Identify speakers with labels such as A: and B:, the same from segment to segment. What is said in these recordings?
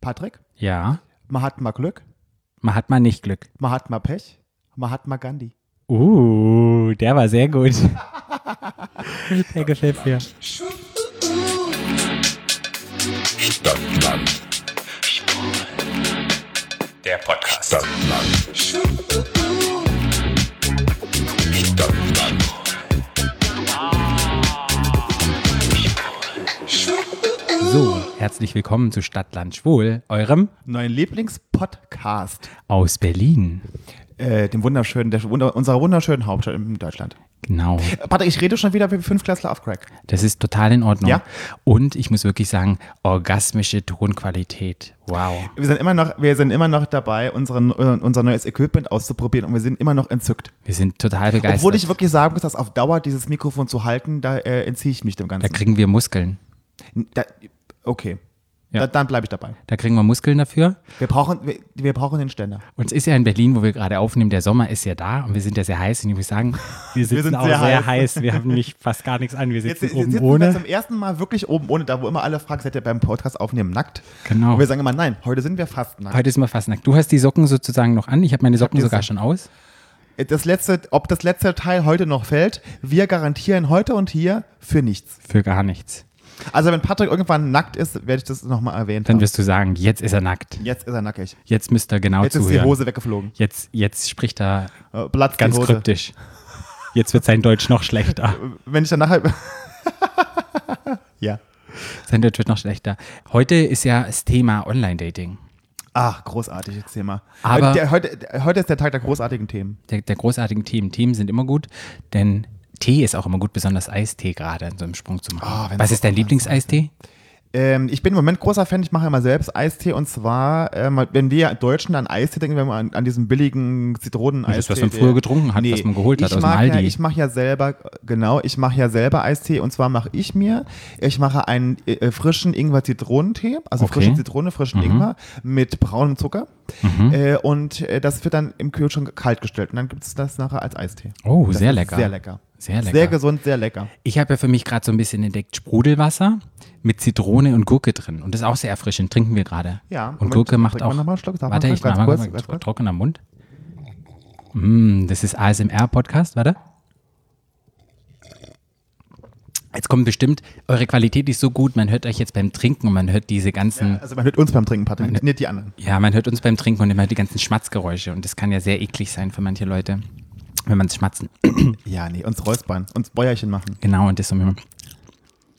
A: Patrick,
B: Ja.
A: man hat mal Glück,
B: Man hat mal nicht Glück.
A: man hat mal Pech, man hat mal Gandhi.
B: Uh, der war sehr gut. der gefällt mir.
C: Stadtland. Der Podcast. Stadtland. Stadtland.
B: So, herzlich willkommen zu Stadtland Schwul, eurem
A: Neuen Lieblingspodcast
B: aus Berlin.
A: äh, dem wunderschönen, der, wunder, unserer wunderschönen Hauptstadt in Deutschland.
B: Genau.
A: Äh, Patrick, ich rede schon wieder wie Fünfklässler auf Crack.
B: Das ist total in Ordnung.
A: Ja.
B: Und ich muss wirklich sagen, orgasmische Tonqualität. Wow.
A: Wir sind immer noch, wir sind immer noch dabei, unseren, äh, unser neues Equipment auszuprobieren und wir sind immer noch entzückt.
B: Wir sind total begeistert.
A: Obwohl ich wirklich sagen muss, dass auf Dauer dieses Mikrofon zu halten, da äh, entziehe ich mich dem
B: da
A: Ganzen.
B: kriegen wir Muskeln.
A: Da, okay.
B: Ja.
A: Da, dann bleibe ich dabei.
B: Da kriegen wir Muskeln dafür.
A: Wir brauchen, wir, wir brauchen den Ständer.
B: Und es ist ja in Berlin, wo wir gerade aufnehmen, der Sommer ist ja da und wir sind ja sehr heiß. Und ich muss sagen, wir sitzen
A: sind
B: auch
A: sehr
B: sehr heiß.
A: heiß.
B: Wir haben nämlich fast gar nichts an. Wir
A: Jetzt,
B: sitzen
A: jetzt
B: oben
A: sitzen wir
B: ohne.
A: zum ersten Mal wirklich oben ohne, da wo immer alle fragen, seid ihr beim Podcast aufnehmen nackt?
B: Genau.
A: Und wir sagen immer, nein, heute sind wir fast nackt.
B: Heute ist mal fast nackt. Du hast die Socken sozusagen noch an. Ich habe meine Socken
A: die
B: sogar
A: so-
B: schon aus.
A: Das letzte, ob das letzte Teil heute noch fällt, wir garantieren heute und hier für nichts.
B: Für gar nichts.
A: Also wenn Patrick irgendwann nackt ist, werde ich das nochmal erwähnt
B: Dann
A: haben.
B: wirst du sagen, jetzt ist er nackt.
A: Jetzt ist er nackig.
B: Jetzt müsst ihr genau
A: Jetzt ist
B: zuhören.
A: die Hose weggeflogen.
B: Jetzt, jetzt spricht er
A: Äh, Platz
B: ganz
A: die Hose.
B: kryptisch. Jetzt wird sein Deutsch noch schlechter.
A: Wenn ich dann nachher... ja.
B: Sein Deutsch wird noch schlechter. Heute ist ja das Thema Online-Dating.
A: Ach, großartiges Thema.
B: Aber-
A: der, heute, der, heute ist der Tag der großartigen Themen.
B: Der, der großartigen Themen. Themen sind immer gut, denn Tee ist auch immer gut, besonders Eistee gerade in so einem Sprung zu
A: Ah,
B: machen.
A: wenn's
B: Was
A: so
B: ist dein
A: online
B: Lieblingseistee?
A: Ähm, ich bin im Moment großer Fan, ich mache immer selbst Eistee und zwar, ähm, wenn wir Deutschen an Eistee denken, wenn wir an, an diesen billigen Zitronen-Eistee.
B: Das, was man früher getrunken hat, was man geholt hat
A: ich
B: aus dem
A: mag Ja,
B: Aldi.
A: ich mache ja selber, genau, ich mache ja selber Eistee und zwar mache ich mir, ich mache einen äh, frischen Ingwer-Zitronentee, also
B: Okay. Mhm.
A: frische Zitrone, frischen Ingwer mit braunem Zucker äh, und äh, das wird dann im Kühlschrank kalt gestellt und dann gibt es das nachher als Eistee.
B: Oh,
A: das
B: sehr
A: ist
B: lecker.
A: Sehr lecker.
B: Sehr lecker.
A: Sehr gesund, sehr lecker.
B: Ich habe ja für mich gerade so ein bisschen entdeckt Sprudelwasser mit Zitrone und Gurke drin. Und das ist auch sehr erfrischend. Trinken wir gerade.
A: Ja,
B: Und
A: Moment,
B: Gurke macht
A: trink mal
B: auch.
A: noch mal einen Schluck, sag mal
B: warte,
A: noch
B: ich
A: ganz
B: mache
A: kurz,
B: mal
A: ganz
B: tro-
A: kurz.
B: trockener Mund. Mm, das ist ASMR-Podcast, warte. Jetzt kommt bestimmt, eure Qualität ist so gut, man hört euch jetzt beim Trinken und man hört diese ganzen,
A: Also man hört uns beim Trinken, Patrick, nicht- nicht die anderen.
B: ja, man hört uns beim Trinken und man hört die ganzen Schmatzgeräusche und das kann ja sehr eklig sein für manche Leute, wenn man es schmatzen.
A: Ja, nee, uns Räuspern, uns Bäuerchen machen.
B: Genau, und das soll man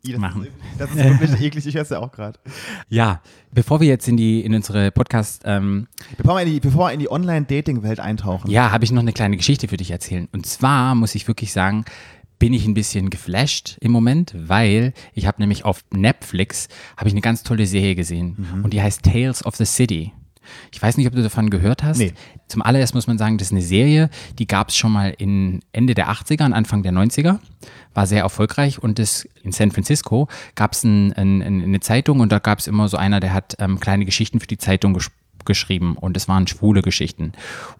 A: I, das
B: machen.
A: Ist, das ist wirklich eklig, ich höre es ja auch gerade.
B: Ja, bevor wir jetzt in die in unsere Podcast, ähm,
A: Bevor wir in die, bevor wir in die Online-Dating-Welt eintauchen.
B: ja, habe ich noch eine kleine Geschichte für dich erzählen. Und zwar muss ich wirklich sagen, bin ich ein bisschen geflasht im Moment, weil ich habe nämlich auf Netflix habe ich eine ganz tolle Serie gesehen und die heißt Tales of the City. Ich weiß nicht, ob du davon gehört hast.
A: Nee.
B: Zum allererst muss man sagen, das ist eine Serie, die gab es schon mal in Ende der 80er und Anfang der 90er, war sehr erfolgreich und das in San Francisco gab es ein, ein, ein, eine Zeitung und da gab es immer so einer, der hat ähm, kleine Geschichten für die Zeitung gesch geschrieben und es waren schwule Geschichten.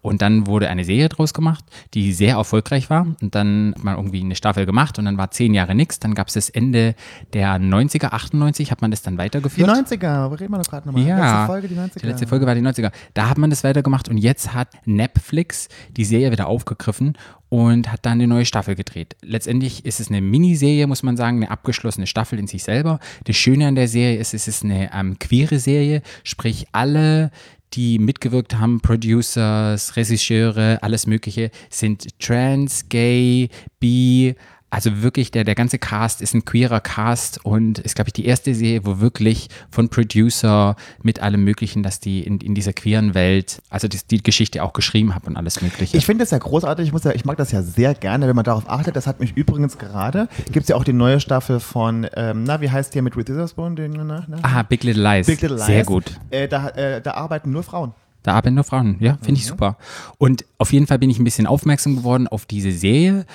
B: Und dann wurde eine Serie draus gemacht, die sehr erfolgreich war und dann hat man irgendwie eine Staffel gemacht und dann war zehn Jahre nichts, dann gab es das Ende der 90er, 98 hat man das dann
A: Die
B: weitergeführt.
A: 90er, reden wir doch gerade nochmal.
B: Ja,
A: Letzte Folge, die 90er.
B: die letzte Folge war die 90er. Da hat man das weitergemacht und jetzt hat Netflix die Serie wieder aufgegriffen und hat dann eine neue Staffel gedreht. Letztendlich ist es eine Miniserie, muss man sagen, eine abgeschlossene Staffel in sich selber. Das Schöne an der Serie ist, es ist eine ähm, queere Serie, sprich alle die mitgewirkt haben, Producers, Regisseure, alles Mögliche, sind trans, gay, bi, also wirklich, der, der ganze Cast ist ein queerer Cast und ist, glaube ich, die erste Serie, wo wirklich von Producer mit allem Möglichen, dass die in, in dieser queeren Welt, also die, die Geschichte auch geschrieben haben und alles Mögliche.
A: Ich finde das ja großartig, ich, muss ja, ich mag das ja sehr gerne, wenn man darauf achtet. Das hat mich übrigens gerade, gibt es ja auch die neue Staffel von, ähm, na, wie heißt der mit Reese Witherspoon? Den, na, na?
B: Aha, Big Little Lies.
A: Big Little Lies.
B: Sehr gut.
A: Äh, da, äh, da arbeiten nur Frauen.
B: Da arbeiten nur Frauen. Ja, finde
A: Mhm.
B: ich super. Und auf jeden Fall bin ich ein bisschen aufmerksam geworden auf diese Serie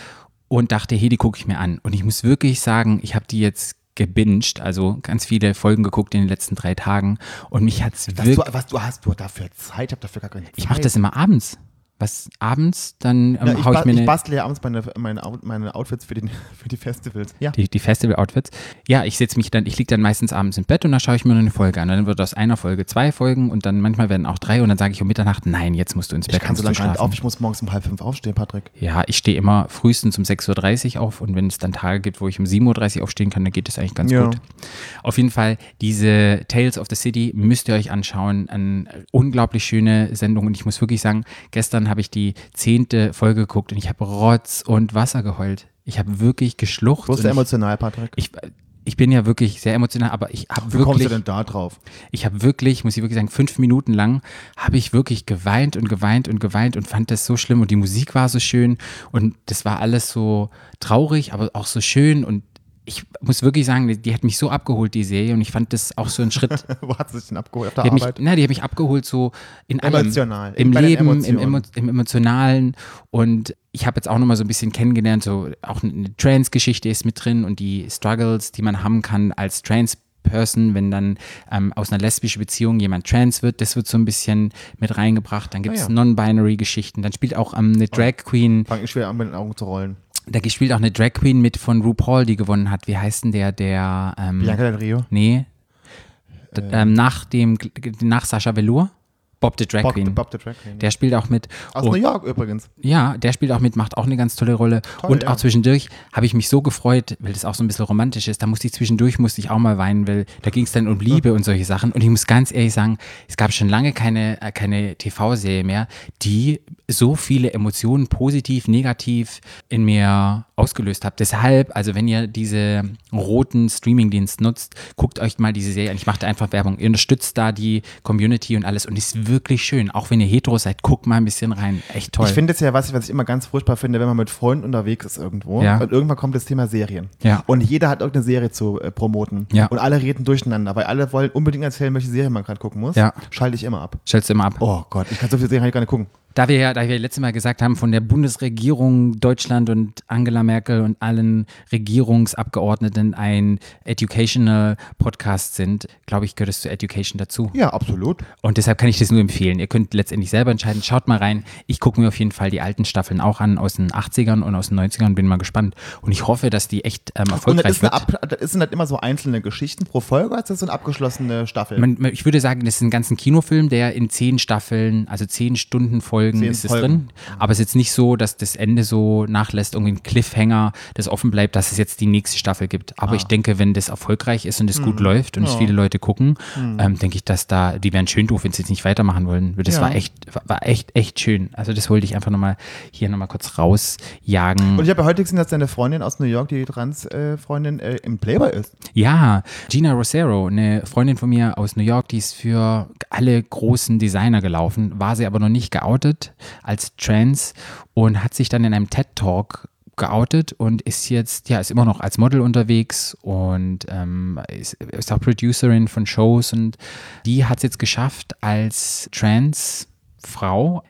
B: und dachte, hey, die gucke ich mir an. Und ich muss wirklich sagen, ich habe die jetzt gebinged, also ganz viele Folgen geguckt in den letzten drei Tagen und mich hat's
A: Was du,
B: wirklich...
A: was du hast, du hast dafür Zeit, ich habe dafür gar keine Zeit.
B: Ich mache das immer abends. Was abends, dann ähm,
A: Ja, ich,
B: hau ich
A: ba-
B: mir
A: ich
B: eine,
A: bastle ja abends meine, meine, Out- meine Outfits für, den, für die Festivals. Ja.
B: die, die Festival-Outfits. Ja, ich setze mich dann, ich liege dann meistens abends im Bett und dann schaue ich mir nur eine Folge an. Dann wird aus einer Folge zwei Folgen und dann manchmal werden auch drei und dann sage ich um Mitternacht, nein, jetzt musst du ins Bett.
A: Ich kann so lange
B: musst du
A: gar nicht auf.
B: schlafen.
A: Ich muss morgens um halb fünf aufstehen, Patrick.
B: Ja, ich stehe immer frühestens um 6.30 Uhr auf und wenn es dann Tage gibt, wo ich um 7.30 Uhr aufstehen kann, dann geht es eigentlich ganz
A: Ja.
B: gut. Auf jeden Fall, diese Tales of the City müsst ihr euch anschauen. Eine unglaublich schöne Sendung und ich muss wirklich sagen, gestern habe ich die zehnte Folge geguckt und ich habe Rotz und Wasser geheult. Ich habe wirklich geschluchzt.
A: Du bist
B: und
A: ja
B: ich,
A: emotional, Patrick.
B: ich, ich bin ja wirklich sehr emotional, aber ich habe
A: Wie kommst du
B: wirklich,
A: denn da drauf?
B: ich habe wirklich, muss ich wirklich sagen, fünf Minuten lang habe ich wirklich geweint und geweint und geweint und fand das so schlimm und die Musik war so schön und das war alles so traurig, aber auch so schön und ich muss wirklich sagen, die, die hat mich so abgeholt, die Serie, und ich fand das auch so ein Schritt.
A: Wo hat sie dich denn abgeholt? Auf der
B: Die hat mich,
A: Arbeit?
B: na, die hat mich abgeholt, so in allem.
A: Emotional,
B: Im
A: bei den
B: Leben, im, Emo
A: Emotionen.
B: im Emotionalen. Und ich habe jetzt auch nochmal so ein bisschen kennengelernt, so auch eine Trans-Geschichte ist mit drin und die Struggles, die man haben kann als Trans- Person, wenn dann ähm, aus einer lesbischen Beziehung jemand trans wird, das wird so ein bisschen mit reingebracht. Dann gibt es
A: Ah ja. Oh.
B: Non-Binary-Geschichten. Dann spielt auch ähm, eine Drag Queen
A: Fang ich schwer an, mit den Augen zu rollen.
B: da spielt auch eine Drag Queen mit von RuPaul, die gewonnen hat. Wie heißt denn der, der, ähm,
A: Bianca Del Rio.
B: nee, D- ähm, nach dem, nach Sascha Velour? Bob the Drag
A: Bob,
B: Queen.
A: Bob the Drag Queen.
B: Der spielt auch mit.
A: Aus
B: Und-
A: New York übrigens.
B: ja, der spielt auch mit, macht auch eine ganz tolle Rolle.
A: Toll,
B: und
A: ja.
B: auch zwischendurch habe ich mich so gefreut, weil das auch so ein bisschen romantisch ist. Da musste ich zwischendurch, musste ich auch mal weinen, weil da ging es dann um Liebe und solche Sachen. Und ich muss ganz ehrlich sagen, es gab schon lange keine, äh, keine TV-Serie mehr, die so viele Emotionen positiv, negativ in mir ausgelöst hat. Deshalb, also wenn ihr diese roten Streaming-Dienst nutzt, guckt euch mal diese Serie an. Ich mache da einfach Werbung. Ihr unterstützt da die Community und alles und ist wirklich schön. Auch wenn ihr hetero seid, guckt mal ein bisschen rein. Echt toll.
A: Ich finde es ja, was, was ich immer ganz furchtbar finde, wenn man mit Freunden unterwegs ist irgendwo
B: Ja.
A: und irgendwann kommt das Thema Serien.
B: Ja.
A: Und jeder hat irgendeine Serie zu äh, promoten.
B: Ja.
A: Und alle reden durcheinander, weil alle wollen unbedingt erzählen, welche Serie man gerade gucken muss.
B: Ja.
A: Schalte ich immer ab.
B: Stellst du immer ab.
A: Oh Gott, ich kann so viele Serien halt gar nicht gucken.
B: Da wir ja, da wir letztes Mal gesagt haben, von der Bundesregierung Deutschland und Angela Merkel und allen Regierungsabgeordneten ein Educational Podcast sind, glaube ich, gehört es zu Education dazu.
A: Ja, absolut.
B: Und deshalb kann ich das nur empfehlen. Ihr könnt letztendlich selber entscheiden. Schaut mal rein. Ich gucke mir auf jeden Fall die alten Staffeln auch an aus den 80ern und aus den 90ern. Bin mal gespannt. Und ich hoffe, dass die echt ähm,
A: Und das,
B: erfolgreich
A: ist eine,
B: wird.
A: ab, das sind halt immer so einzelne Geschichten pro Folge, oder ist das so eine abgeschlossene Staffel?
B: Man, man- ich würde sagen, das ist ein ganzen Kinofilm, der in zehn Staffeln, also zehn Stunden Folgen
A: Zehn
B: ist es
A: Folgen.
B: drin. Aber es ist jetzt nicht so, dass das Ende so nachlässt, irgendwie ein Cliffhanger, das offen bleibt, dass es jetzt die nächste Staffel gibt. Aber ich
A: Ah.
B: denke, wenn das erfolgreich ist und es
A: Mhm.
B: gut läuft und es viele Leute gucken, ähm, denke ich, dass da, die wären schön doof, wenn sie jetzt nicht weitermachen wollen. Das
A: Ja.
B: war echt, war- war echt, echt schön. Also das wollte ich einfach nochmal hier nochmal kurz rausjagen.
A: und ich habe ja heute gesehen, dass deine Freundin aus New York, die Trans-Freundin, äh, im Playboy ist.
B: Ja, Gina Rosero, eine Freundin von mir aus New York, die ist für alle großen Designer gelaufen, war sie aber noch nicht geoutet als trans und hat sich dann in einem TED Talk geoutet und ist jetzt, ja, ist immer noch als Model unterwegs und ähm, ist, ist auch Producerin von Shows und die hat es jetzt geschafft, als trans Frau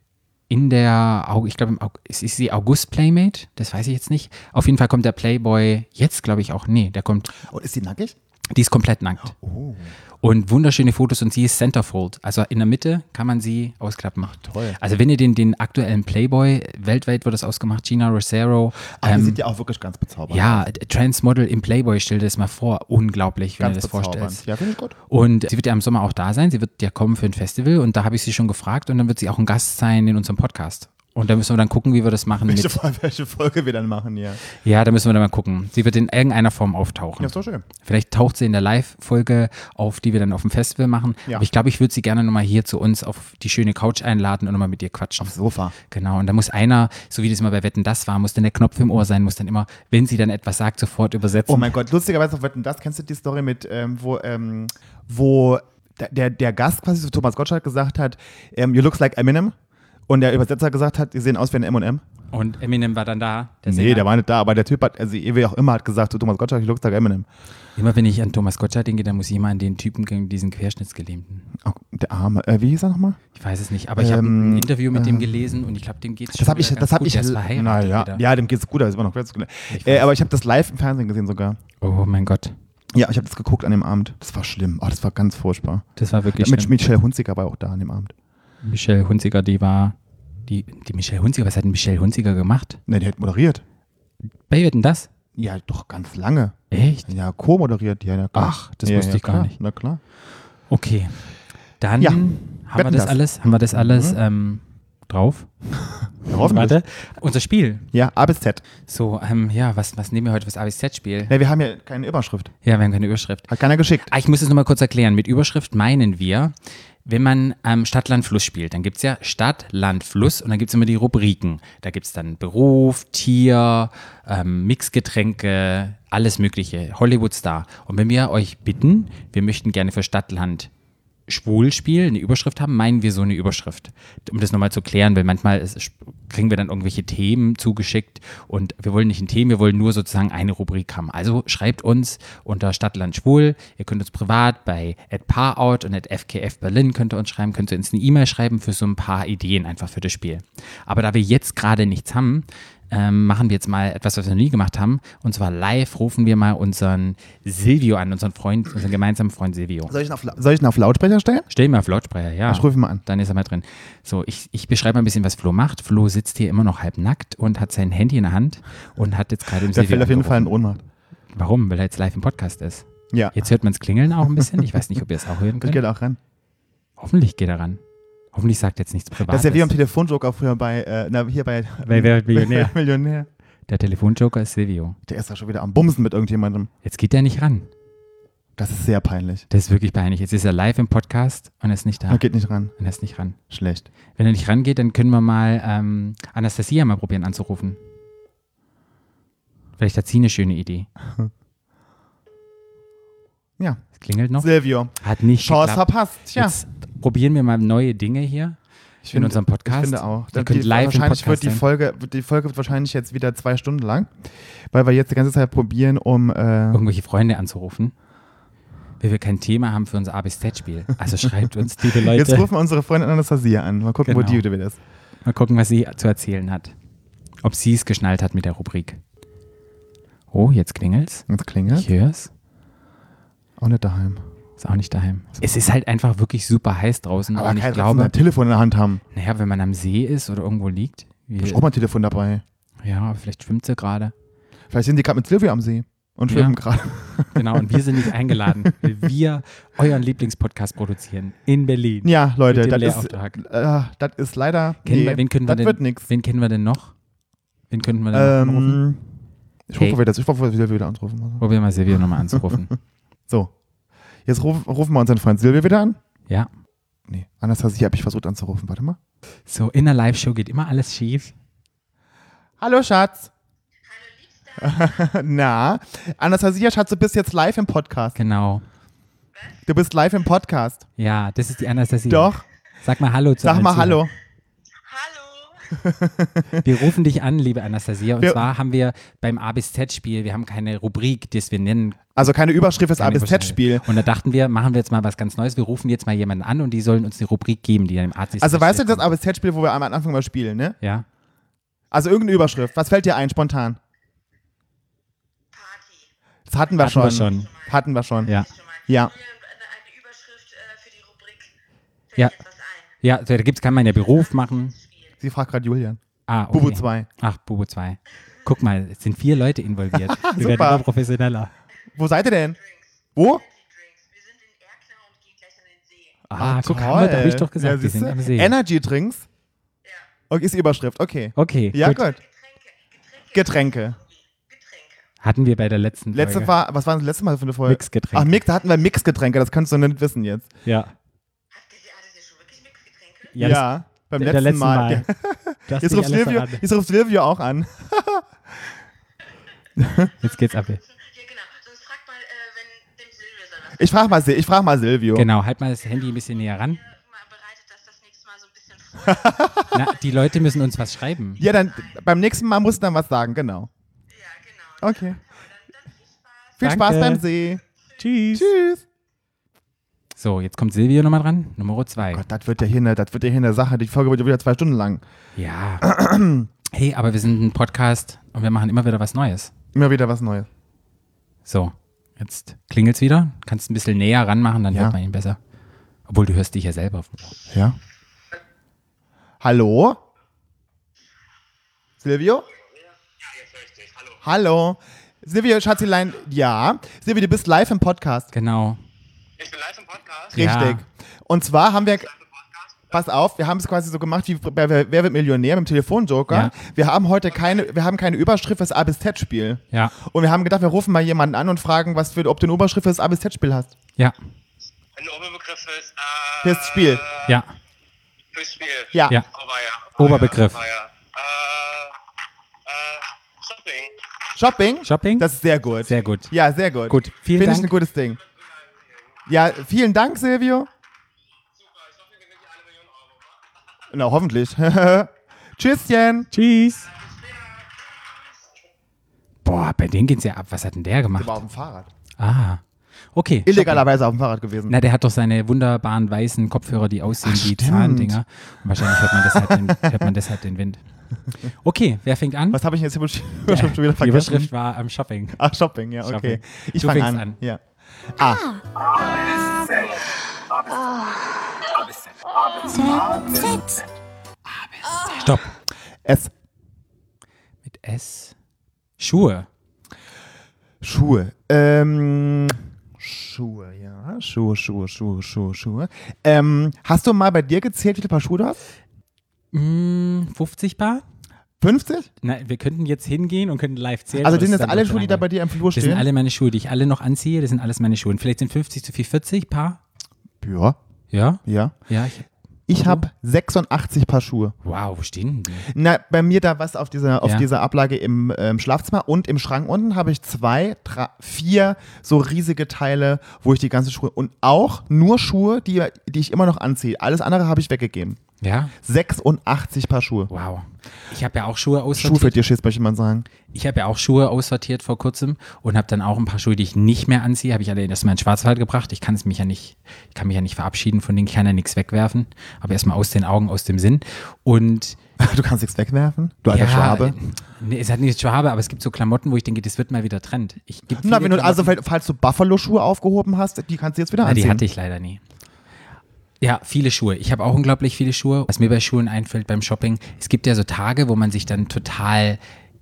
B: in der, Au- ich glaube, im Au- ist, ist sie August Playmate? Das weiß ich jetzt nicht. Auf jeden Fall kommt der Playboy jetzt, glaube ich, auch. Nee, der kommt
A: Und ist sie nackig?
B: die ist komplett nackt.
A: Oh,
B: Und wunderschöne Fotos und sie ist centerfold. Also in der Mitte kann man sie ausklappen.
A: toll.
B: Also wenn ihr den, den aktuellen Playboy, weltweit wird das ausgemacht, Gina Rosero.
A: Ach, Ah, die
B: ähm,
A: sieht ja auch wirklich ganz bezaubernd
B: ja, Transmodel im Playboy, stell dir das mal vor. Unglaublich, wenn
A: Ganz
B: du das
A: bezaubernd.
B: vorstellst.
A: Ja, finde ich gut.
B: Und sie wird ja im Sommer auch da sein. Sie wird ja kommen für ein Festival und da habe ich sie schon gefragt und dann wird sie auch ein Gast sein in unserem Podcast. Und da müssen wir dann gucken, wie wir das machen.
A: Welche,
B: Mit,
A: Folge- welche Folge wir dann machen, ja.
B: ja, da müssen wir dann mal gucken. Sie wird in irgendeiner Form auftauchen.
A: Ja, ist doch schön.
B: Vielleicht taucht sie in der Live-Folge auf, die wir dann auf dem Festival machen.
A: Ja.
B: Aber ich glaube, ich würde sie gerne nochmal hier zu uns auf die schöne Couch einladen und nochmal mit ihr quatschen.
A: Sofa.
B: Genau, und da muss einer, so wie das mal bei Wetten das war, muss dann der Knopf im Ohr sein, muss dann immer, wenn sie dann etwas sagt, sofort übersetzen.
A: Oh mein Gott, lustigerweise auf Wetten das, kennst du die Story mit, ähm, wo, ähm, wo der- der, der Gast quasi zu Thomas Gottschalk gesagt hat, ähm, you looks like Eminem. Und der Übersetzer gesagt hat, die sehen aus wie ein M&M.
B: und Eminem war dann da. Der
A: Nee,
B: Sänger.
A: der war nicht da, aber der Typ hat, also wie auch immer, hat gesagt zu Thomas Gottschalk, you looks like Eminem.
B: Immer wenn ich an Thomas Gottschalk denke, dann muss ich immer an den Typen, gegen diesen Querschnittsgelähmten.
A: Oh, der Arme, äh, wie hieß er nochmal?
B: Ich weiß es nicht, aber ich habe ein Interview mit dem gelesen und ich glaube, dem geht es
A: Ähm, äh, Das habe ich, das habe ich,
B: äh, Der ist verheiratet
A: naja,
B: wieder.
A: ja, dem geht's gut, aber ist immer noch ganz gut.
B: Ich
A: Äh,
B: weiß.
A: aber ich habe das live im Fernsehen gesehen sogar.
B: Oh mein Gott,
A: Ja, ich habe das geguckt an dem Abend. Das war schlimm. Oh, das war ganz furchtbar.
B: das war wirklich
A: Mit
B: schlimm.
A: Michelle Hunziker war auch da an dem Abend.
B: Michelle Hunziker, die war Die, die Michelle Hunziker, was hat denn Michelle Hunziker gemacht?
A: Ne, die hat moderiert.
B: Bei wer denn das?
A: Ja, doch ganz lange.
B: Echt?
A: Ja, co-moderiert. Ja, na klar.
B: Ach, das
A: ja,
B: wusste
A: ja,
B: ich gar
A: klar.
B: nicht.
A: Na klar.
B: Okay. Dann
A: Ja,
B: haben wir
A: wetten
B: das
A: das. Mhm.
B: alles, haben wir das alles ähm, drauf.
A: Ja, hoffentlich.
B: Warte, unser Spiel.
A: Ja, A bis Z.
B: So, ähm, ja, was, was nehmen wir heute fürs ABZ-Spiel?
A: Ne, wir haben ja keine Überschrift.
B: Ja, wir haben keine Überschrift.
A: Hat keiner geschickt.
B: Ah, ich muss es nochmal kurz erklären. Mit Überschrift meinen wir, wenn man ähm, Stadt, Land, Fluss spielt, dann gibt es ja Stadt, Land, Fluss und dann gibt es immer die Rubriken. Da gibt es dann Beruf, Tier, ähm, Mixgetränke, alles Mögliche, Hollywood-Star. Und wenn wir euch bitten, wir möchten gerne für Stadt, Land, Schwulspiel eine Überschrift haben, meinen wir so eine Überschrift. Um das nochmal zu klären, weil manchmal ist, kriegen wir dann irgendwelche Themen zugeschickt und wir wollen nicht ein Thema, wir wollen nur sozusagen eine Rubrik haben. Also schreibt uns unter Stadtland Schwul. Ihr könnt uns privat bei @paarout und @fkf Berlin könnt ihr uns schreiben, könnt ihr uns eine E-Mail schreiben für so ein paar Ideen einfach für das Spiel. Aber da wir jetzt gerade nichts haben, ähm, machen wir jetzt mal etwas, was wir noch nie gemacht haben. Und zwar live rufen wir mal unseren Silvio an, unseren Freund, unseren gemeinsamen Freund Silvio.
A: Soll ich ihn auf, La- soll ich ihn auf Lautsprecher stellen?
B: Stell mal auf Lautsprecher, ja.
A: Ich rufe ihn mal an.
B: Dann ist er mal drin. So, ich, ich beschreibe mal ein bisschen, was Flo macht. Flo sitzt hier immer noch halbnackt und hat sein Handy in der Hand und hat jetzt gerade im
A: Der
B: Silvio
A: fällt auf jeden Fall in
B: angerufen.
A: Ohnmacht.
B: Warum? Weil er jetzt live im Podcast ist.
A: Ja.
B: Jetzt hört man es klingeln auch ein bisschen. Ich weiß nicht, ob ihr es auch hören
A: Ich
B: könnt.
A: gehe da auch ran.
B: Hoffentlich geht er ran. Hoffentlich sagt jetzt nichts Privates.
A: Das ist ja wie am Telefonjoker früher bei, äh, na, hier bei
B: Bei Wer wird Millionär?
A: Millionär.
B: Der Telefonjoker ist Silvio.
A: Der ist da schon wieder am Bumsen mit irgendjemandem.
B: Jetzt geht er nicht ran.
A: Das ist sehr peinlich.
B: Das ist wirklich peinlich. Jetzt ist er live im Podcast und er ist nicht da.
A: Er geht nicht ran.
B: Und er ist nicht ran.
A: Schlecht.
B: Wenn er nicht rangeht, dann können wir mal ähm, Anastasia mal probieren anzurufen. Vielleicht hat sie eine schöne Idee.
A: Ja.
B: Es klingelt noch.
A: Silvio.
B: Hat nicht
A: Chance
B: geklappt.
A: verpasst. Tja.
B: Jetzt probieren wir mal neue Dinge hier
A: Ich
B: in unserem Podcast.
A: Ich finde auch.
B: Ihr
A: Die-
B: könnt live im
A: wahrscheinlich
B: Podcast
A: wird die
B: sein.
A: Folge, wird die Folge wird wahrscheinlich jetzt wieder zwei Stunden lang, weil wir jetzt die ganze Zeit probieren, um äh,
B: irgendwelche Freunde anzurufen, weil wir kein Thema haben für unser A bis Z-Spiel. Also schreibt uns, liebe Leute.
A: Jetzt rufen wir unsere Freundin Anastasia an. Mal gucken,
B: Genau.
A: wo die wieder ist.
B: Mal gucken, was sie zu erzählen hat. Ob sie es geschnallt hat mit der Rubrik. Oh, jetzt klingelt's.
A: Jetzt klingelt.
B: Ich hör's.
A: Auch nicht daheim.
B: Ist auch nicht daheim. Es ist halt einfach wirklich super heiß draußen.
A: Aber ne?
B: und ich
A: keiner glaube,
B: glaube,
A: ein Telefon in der Hand haben.
B: naja, wenn man am See ist oder irgendwo liegt, wie,
A: Ich auch mal ein Telefon dabei.
B: ja, vielleicht schwimmt sie gerade.
A: Vielleicht sind die gerade mit Silvio am See und
B: Ja.
A: schwimmen gerade.
B: Genau, und wir sind nicht eingeladen, weil wir euren Lieblingspodcast produzieren in Berlin.
A: Ja, Leute,
B: Mit dem
A: das ist,
B: Lehrauftrag.
A: äh, das ist leider.
B: Kennen wir, wen können wir
A: das wird
B: denn,
A: nichts.
B: wen kennen wir denn noch? Wen könnten wir denn noch anrufen?
A: Ähm, ich
B: Hey.
A: rufe wieder, ich rufe wieder, wieder anrufen.
B: Probier mal Silvio nochmal anzurufen.
A: So. Jetzt ruf, rufen wir unseren Freund Silvio wieder an.
B: Ja.
A: Nee, Anastasia habe ich versucht anzurufen. Warte mal.
B: So, in der Live-Show geht immer alles schief.
A: Hallo, Schatz. Hallo, Liebster. Na, Anastasia, Schatz, du bist jetzt live im Podcast.
B: Genau.
A: Du bist live im Podcast.
B: Ja, das ist die Anastasia.
A: Doch.
B: Sag mal Hallo zu
A: Sag
B: allen
A: mal
B: Zuhörern.
A: Hallo.
D: Hallo.
B: Wir rufen dich an, liebe Anastasia. Und
A: Wir-
B: zwar haben wir beim A bis Z-Spiel, wir haben keine Rubrik, die es wir nennen.
A: Also keine Überschrift fürs A
B: keine
A: bis Z-Spiel.
B: Und da dachten wir, machen wir jetzt mal was ganz Neues. Wir rufen jetzt mal jemanden an und die sollen uns eine Rubrik geben, die dann im Arzt
A: Also weißt du das A bis Z-Spiel, wo wir am Anfang mal spielen, ne?
B: Ja.
A: Also irgendeine Überschrift. Was fällt dir ein, spontan?
D: Party.
A: Das hatten wir,
B: Hatten
A: schon.
B: wir schon.
A: Hatten wir schon.
B: Ja.
D: Schon mal.
A: Ja.
D: Hier Eine, eine Überschrift äh, für die Rubrik. Fällt
B: Ja.
D: jetzt was ein.
B: Ja, da gibt's, kann man ja Beruf machen.
A: Sie fragt gerade Julian.
B: Ah, okay.
A: Bubu 2.
B: Ach, Bubu 2. Guck mal, es sind vier Leute involviert. Wir werden
A: Super.
B: immer professioneller.
A: Wo seid ihr denn?
D: Drinks.
A: Wo?
D: Energy Drinks. Wir sind in Erkner und gehen gleich an
B: Ah,
D: den See.
B: guck, haben wir, da hab ich doch gesagt, die
A: siehste?
B: sind am See.
A: Energy Drinks.
D: Ja.
A: Okay, ist die Überschrift. Okay.
B: Okay,
A: Ja,
B: gut.
A: gut.
D: Getränke. Getränke.
A: Getränke.
D: Getränke.
B: Hatten wir bei der letzten
A: Letzte
B: Folge.
A: war, was war das letzte Mal für eine Folge?
B: Mixgetränke.
A: Ach, Mix, da hatten wir Mixgetränke, das kannst du nicht wissen jetzt.
B: Ja.
D: Habt ihr, hattet ihr schon wirklich Mixgetränke?
B: Ja, das-
A: beim
B: der
A: letzten,
B: letzten
A: Mal.
B: Mal.
A: Jetzt
B: Das nicht
A: ruft,
B: alles
A: Silvio,
B: verraten.
A: jetzt ruft Silvio auch an.
B: Jetzt geht's ab.
D: Ja, genau. Sonst fragt mal, äh, wenn dem Silvio soll was
A: Ich frage mal, Sil- ich frag mal Silvio.
B: Genau, halt mal das Handy ein bisschen näher ran.
D: Ihr mal bereitet das das nächste Mal so ein bisschen vor.
B: Na, die Leute müssen uns was schreiben.
A: Ja, dann beim nächsten Mal musst du dann was sagen, genau.
D: ja, genau.
A: Okay.
D: Dann, dann viel Spaß.
A: Viel
B: Danke.
A: Spaß beim See.
B: Tschüss.
A: Tschüss.
B: So, jetzt kommt Silvio nochmal dran. Nummer zwei.
A: Oh Gott, das wird ja hier eine, das wird ja hier eine Sache. Die Folge wird ja wieder zwei Stunden lang.
B: Ja. Hey, aber wir sind ein Podcast und wir machen immer wieder was Neues.
A: Immer wieder was Neues.
B: So, jetzt klingelt's wieder. Kannst ein bisschen näher ranmachen, dann
A: Ja.
B: hört man ihn besser. Obwohl du hörst dich ja selber.
A: Ja. Hallo? Silvio? Hallo. Silvio Schatzilein, ja. Silvio, du bist live im Podcast.
B: Genau.
E: Ich bin live im Podcast.
B: Ja.
A: Richtig. Und zwar haben wir, pass auf, wir haben es quasi so gemacht wie bei Wer wer wird Millionär mit dem Telefonjoker.
B: Ja.
A: Wir haben heute keine, wir haben keine Überschrift fürs A bis Z-Spiel.
B: Ja.
A: Und wir haben gedacht, wir rufen mal jemanden an und fragen, was für, ob du eine Überschrift fürs A bis Z-Spiel hast.
B: Ja.
E: Ein Oberbegriff ist. Äh,
A: Fürs Spiel.
B: Ja.
E: Fürs Spiel.
A: Ja.
B: Ja.
E: Oh, war ja.
B: Oberbegriff.
E: Oh, war ja. Äh, äh, Shopping.
A: Shopping?
B: Shopping?
A: Das ist sehr gut.
B: Sehr gut.
A: Ja, sehr gut.
B: Gut, vielen
A: Finde ich
B: Dank.
A: ein gutes Ding. Ja, vielen Dank, Silvio. Na, hoffentlich. Tschüsschen.
B: Tschüss. Boah, bei denen geht's ja ab. Was hat denn der gemacht?
A: Der war auf dem Fahrrad.
B: Ah. Okay.
A: Illegalerweise auf dem Fahrrad gewesen.
B: Na, der hat doch seine wunderbaren weißen Kopfhörer, die aussehen wie Zahndinger. Und wahrscheinlich hört man, deshalb den, hört man deshalb den Wind. Okay, wer fängt an?
A: Was habe ich denn jetzt hier Überschrift schon wieder
B: Die
A: vergessen?
B: Überschrift war am Shopping.
A: Ah, Shopping, ja, okay.
B: Shopping.
A: Ich
B: Du
A: fange
B: fängst
A: an.
B: an.
A: Ja. Ah,
B: Stopp.
A: es.
B: Mit S. Schuhe.
A: Schuhe. Ähm, Schuhe, ja. Schuhe, Schuhe, Schuhe, Schuhe, Schuhe. Ähm, hast du mal bei dir gezählt, wie viele Paar Schuhe du hast?
B: Hm, 50 Bar?
A: 50?
B: Na, wir könnten jetzt hingehen und könnten live zählen.
A: Also
B: aber
A: sind
B: das
A: jetzt
B: ist dann
A: alle
B: so
A: Schuhe, die da bei
B: langweilig.
A: dir im Flur
B: Das sind
A: stehen?
B: alle meine Schuhe, die ich alle noch anziehe. Das sind alles meine Schuhe. Und vielleicht sind 50 zu viel 40 Paar.
A: Ja,
B: Ja?
A: ja.
B: Ja. Ich,
A: Ich habe 86 Paar Schuhe.
B: wow, wo stehen die?
A: Na, bei mir da was auf dieser, auf
B: Ja.
A: dieser Ablage im ähm, Schlafzimmer und im Schrank unten habe ich zwei, drei, vier so riesige Teile, wo ich die ganzen Schuhe und auch nur Schuhe, die, die ich immer noch anziehe. Alles andere habe ich weggegeben.
B: Ja?
A: 86 Paar Schuhe.
B: Wow. Ich habe ja auch Schuhe
A: Schuhe für
B: aussortiert.
A: dir Schiss, möchte man sagen.
B: Ich habe ja auch Schuhe aussortiert vor kurzem und habe dann auch ein paar Schuhe, die ich nicht mehr anziehe, habe ich alle erstmal in den Schwarzwald gebracht. Ich kann es mich ja nicht, ich kann mich ja nicht verabschieden von denen, ich kann ja nichts wegwerfen, aber erstmal aus den Augen, aus dem Sinn. Und
A: Du kannst nichts wegwerfen, du alter
B: ja,
A: Schwabe.
B: Nee, es hat nicht Schwabe, aber es gibt so Klamotten, wo ich denke, das wird mal wieder Trend. Ich gibt
A: Na,
B: viele
A: wenn du, also
B: Klamotten-
A: falls falls du Buffalo-Schuhe aufgehoben hast, die kannst du jetzt wieder
B: Na,
A: anziehen.
B: Ah, die hatte ich leider nie. Ja, viele Schuhe. Ich habe auch unglaublich viele Schuhe. Was mir bei Schuhen einfällt beim Shopping, es gibt ja so Tage, wo man sich dann total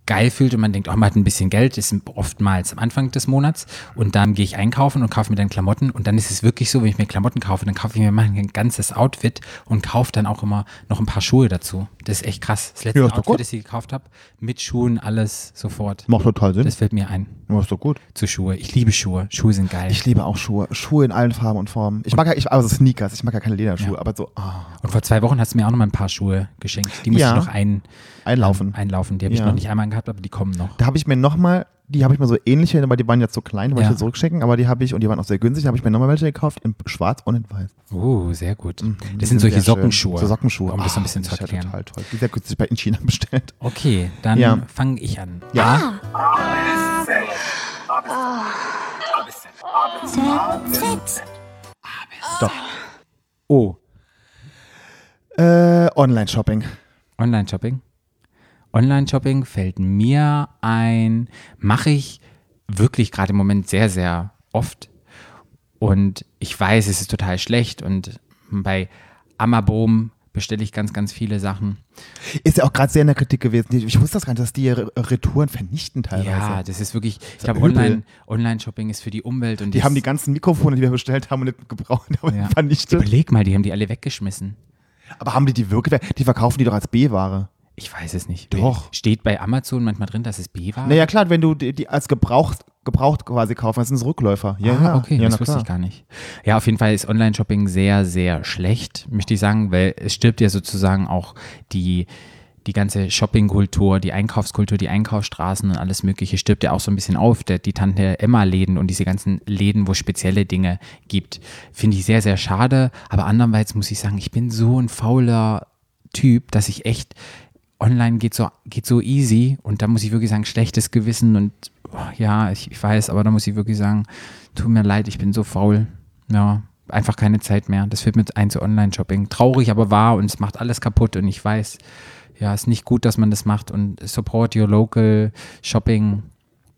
B: geil fühlt und man denkt, oh, man hat ein bisschen Geld, das ist oftmals am Anfang des Monats und dann gehe ich einkaufen und kaufe mir dann Klamotten und dann ist es wirklich so, wenn ich mir Klamotten kaufe, dann kaufe ich mir mal ein ganzes Outfit und kaufe dann auch immer noch ein paar Schuhe dazu. Das ist echt krass. Das letzte
A: Ja, ist doch
B: Outfit,
A: gut.
B: das ich gekauft habe, mit Schuhen, alles sofort.
A: Macht total Sinn.
B: Das fällt mir ein
A: Machst du gut.
B: zu Schuhe. Ich liebe Schuhe. Schuhe sind geil.
A: Ich liebe auch Schuhe. Schuhe in allen Farben und Formen. Ich mag ja, ich, also Sneakers, ich mag ja keine Lederschuhe, aber so ah,
B: Und vor zwei Wochen hast du mir auch noch mal ein paar Schuhe geschenkt. Die muss
A: Ja.
B: ich noch ein, ähm,
A: einlaufen.
B: einlaufen. Die habe ich
A: Ja.
B: noch nicht einmal gehabt, aber die kommen noch.
A: Da habe ich mir nochmal, die habe ich mir so ähnliche, aber die waren ja zu klein, die wollte
B: Ja.
A: ich zurückschicken, aber die habe ich, und die waren auch sehr günstig, da habe ich mir nochmal welche gekauft, in schwarz und in weiß.
B: Oh, sehr gut.
A: Mhm. Die
B: Das sind solche
A: sehr schön.
B: Sockenschuhe.
A: So Sockenschuhe.
B: Um das so ein bisschen
A: Ah,
B: zu
A: das ist ja
B: erklären.
A: total toll. Die sehr günstig bei in China bestellt.
B: Okay, dann
A: Ja.
B: fange ich an. Ah,
A: Ja. Stopp.
B: Oh,
A: Äh, Online-Shopping.
B: Online-Shopping. Online-Shopping fällt mir ein, mache ich wirklich gerade im Moment sehr, sehr oft. Und ich weiß, es ist total schlecht. Und bei Amabom bestelle ich ganz, ganz viele Sachen.
A: Ist ja auch gerade sehr in der Kritik gewesen. Ich, ich wusste das gar nicht, dass die ihre Retouren vernichten teilweise.
B: Ja, das ist wirklich, ich
A: ja
B: glaube,
A: übel.
B: Online- Online-Shopping ist für die Umwelt und
A: die haben die
B: ganzen
A: ganzen Mikrofone, die wir bestellt haben und nicht gebraucht haben,
B: Ja.
A: vernichtet.
B: Überleg mal, die haben die alle weggeschmissen.
A: Aber haben die die wirklich? Die verkaufen die doch als B-Ware.
B: Ich weiß es nicht.
A: Doch.
B: Steht bei Amazon manchmal drin, dass es B war?
A: Naja, klar, wenn du die, die als gebraucht, gebraucht quasi kaufen, das sind so Rückläufer. Ja,
B: ah,
A: ja.
B: okay,
A: ja,
B: das wusste ich gar nicht. Ja, auf jeden Fall ist Online-Shopping sehr, sehr schlecht, möchte ich sagen, weil es stirbt ja sozusagen auch die, die ganze Shopping-Kultur, die Einkaufskultur, die Einkaufsstraßen und alles Mögliche stirbt ja auch so ein bisschen auf. Der, die Tante Emma-Läden und diese ganzen Läden, wo spezielle Dinge gibt, finde ich sehr, sehr schade. Aber andererseits muss ich sagen, ich bin so ein fauler Typ, dass ich echt online geht so, geht so easy und da muss ich wirklich sagen, schlechtes Gewissen und oh, ja, ich, ich weiß, aber da muss ich wirklich sagen, tut mir leid, ich bin so faul. Ja, einfach keine Zeit mehr. Das fällt mir ein zu Online-Shopping. Traurig, aber wahr und es macht alles kaputt und ich weiß, ja, ist nicht gut, dass man das macht und support your local Shopping,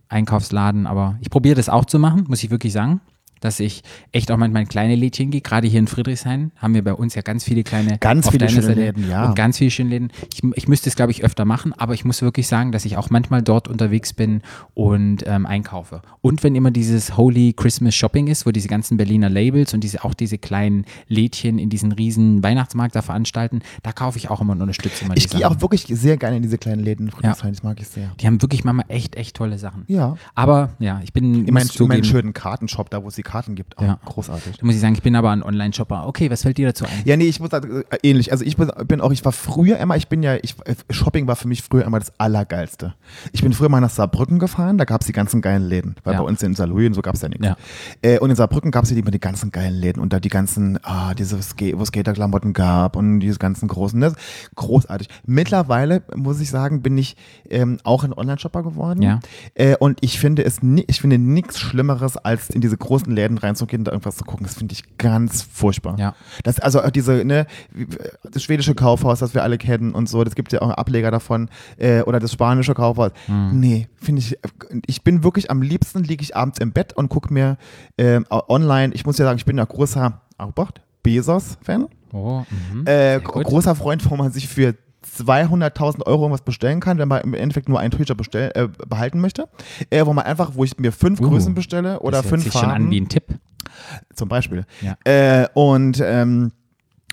B: Einkaufsladen, aber ich probiere das auch zu machen, muss ich wirklich sagen. dass ich echt auch manchmal in kleine Lädchen gehe. Gerade hier in Friedrichshain haben wir bei uns ja ganz viele kleine
A: Ganz
B: auf
A: viele
B: deiner
A: schöne
B: Seite
A: Läden, ja.
B: Und ganz viele schöne Läden. Ich, ich müsste es, glaube ich, öfter machen, aber ich muss wirklich sagen, dass ich auch manchmal dort unterwegs bin und ähm, einkaufe. Und wenn immer dieses Holy Christmas Shopping ist, wo diese ganzen Berliner Labels und diese auch diese kleinen Lädchen in diesen riesen Weihnachtsmarkt da veranstalten, da kaufe ich auch immer und unterstütze immer
A: Ich
B: die
A: gehe
B: Sachen.
A: auch wirklich sehr gerne in diese kleinen Läden. in Friedrichshain, Das mag ich sehr.
B: Die haben wirklich manchmal echt, echt tolle Sachen.
A: Ja.
B: Aber ja, ich bin
A: In meinen, in
B: muss
A: meinen
B: zugeben,
A: schönen Kartenshop, da wo es die Karten gibt. Auch
B: Ja.
A: Großartig.
B: Da muss ich sagen, ich bin aber ein Online-Shopper. Okay, was fällt dir dazu ein?
A: Ja, nee, ich muss sagen, äh, ähnlich. Also ich bin- bin auch, ich war früher immer, ich bin ja, ich, äh, Shopping war für mich früher immer das Allergeilste. Ich bin früher mal nach Saarbrücken gefahren, da gab es die ganzen geilen Läden. Weil
B: Ja.
A: bei uns in Saarlouis und so gab es ja nichts.
B: Ja.
A: Äh, und in Saarbrücken gab es ja immer die ganzen geilen Läden und da die ganzen, ah, diese, Sk- wo es Skaterklamotten gab und diese ganzen großen, das, großartig. Mittlerweile, muss ich sagen, bin ich ähm, auch ein Online-Shopper geworden.
B: Ja.
A: Äh, und ich finde es, ni- ich finde nichts Schlimmeres, als in diese großen Läden reinzugehen und da irgendwas zu gucken. Das finde ich ganz furchtbar.
B: Ja.
A: Das, also auch diese, ne, wie- das schwedische Kaufhaus, das wir alle kennen und so, das gibt ja auch Ableger davon, äh, oder das spanische Kaufhaus.
B: Hm.
A: Nee, finde ich, ich bin wirklich am liebsten, liege ich abends im Bett und gucke mir ähm, online, ich muss ja sagen, ich bin ja großer, Aubacht, Bezos-Fan,
B: Oh, mhm.
A: äh,
B: gut.
A: großer Freund, wo man sich für 200.000 Euro irgendwas bestellen kann, wenn man im Endeffekt nur einen Tücher bestell, äh, behalten möchte, äh, wo man einfach, wo ich mir fünf
B: Uh,
A: Größen bestelle oder
B: das hört
A: fünf
B: sich schon an wie
A: Farben,
B: ein Tipp.
A: zum Beispiel.
B: Ja.
A: Äh, und ähm,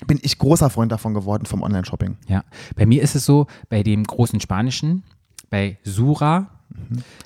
A: bin ich großer Freund davon geworden vom Online-Shopping.
B: Ja. Bei mir ist es so, bei dem großen Spanischen, bei Sura,